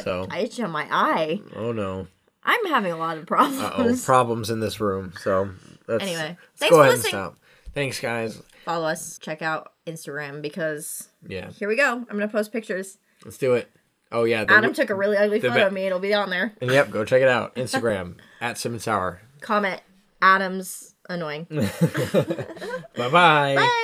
Speaker 1: So-
Speaker 2: I itch on my eye.
Speaker 1: oh no
Speaker 2: I'm having a lot of <laughs>
Speaker 1: oh
Speaker 2: problems.
Speaker 1: problems in this room so that's
Speaker 2: Anyway,
Speaker 1: let's
Speaker 2: thanks
Speaker 1: go
Speaker 2: for
Speaker 1: ahead
Speaker 2: listening.
Speaker 1: and stop thanks guys
Speaker 2: <laughs> Follow us. Check out Instagram because
Speaker 1: yeah
Speaker 2: here we go. I'm gonna post pictures.
Speaker 1: Let's do it. Oh yeah, the,
Speaker 2: Adam took a really ugly photo
Speaker 1: ba-
Speaker 2: of me. It'll be on there.
Speaker 1: and yep, go check it out.
Speaker 2: <laughs>
Speaker 1: Instagram at Simmons Hour.
Speaker 2: Comment Adam's annoying.
Speaker 1: Bye bye.
Speaker 2: Bye.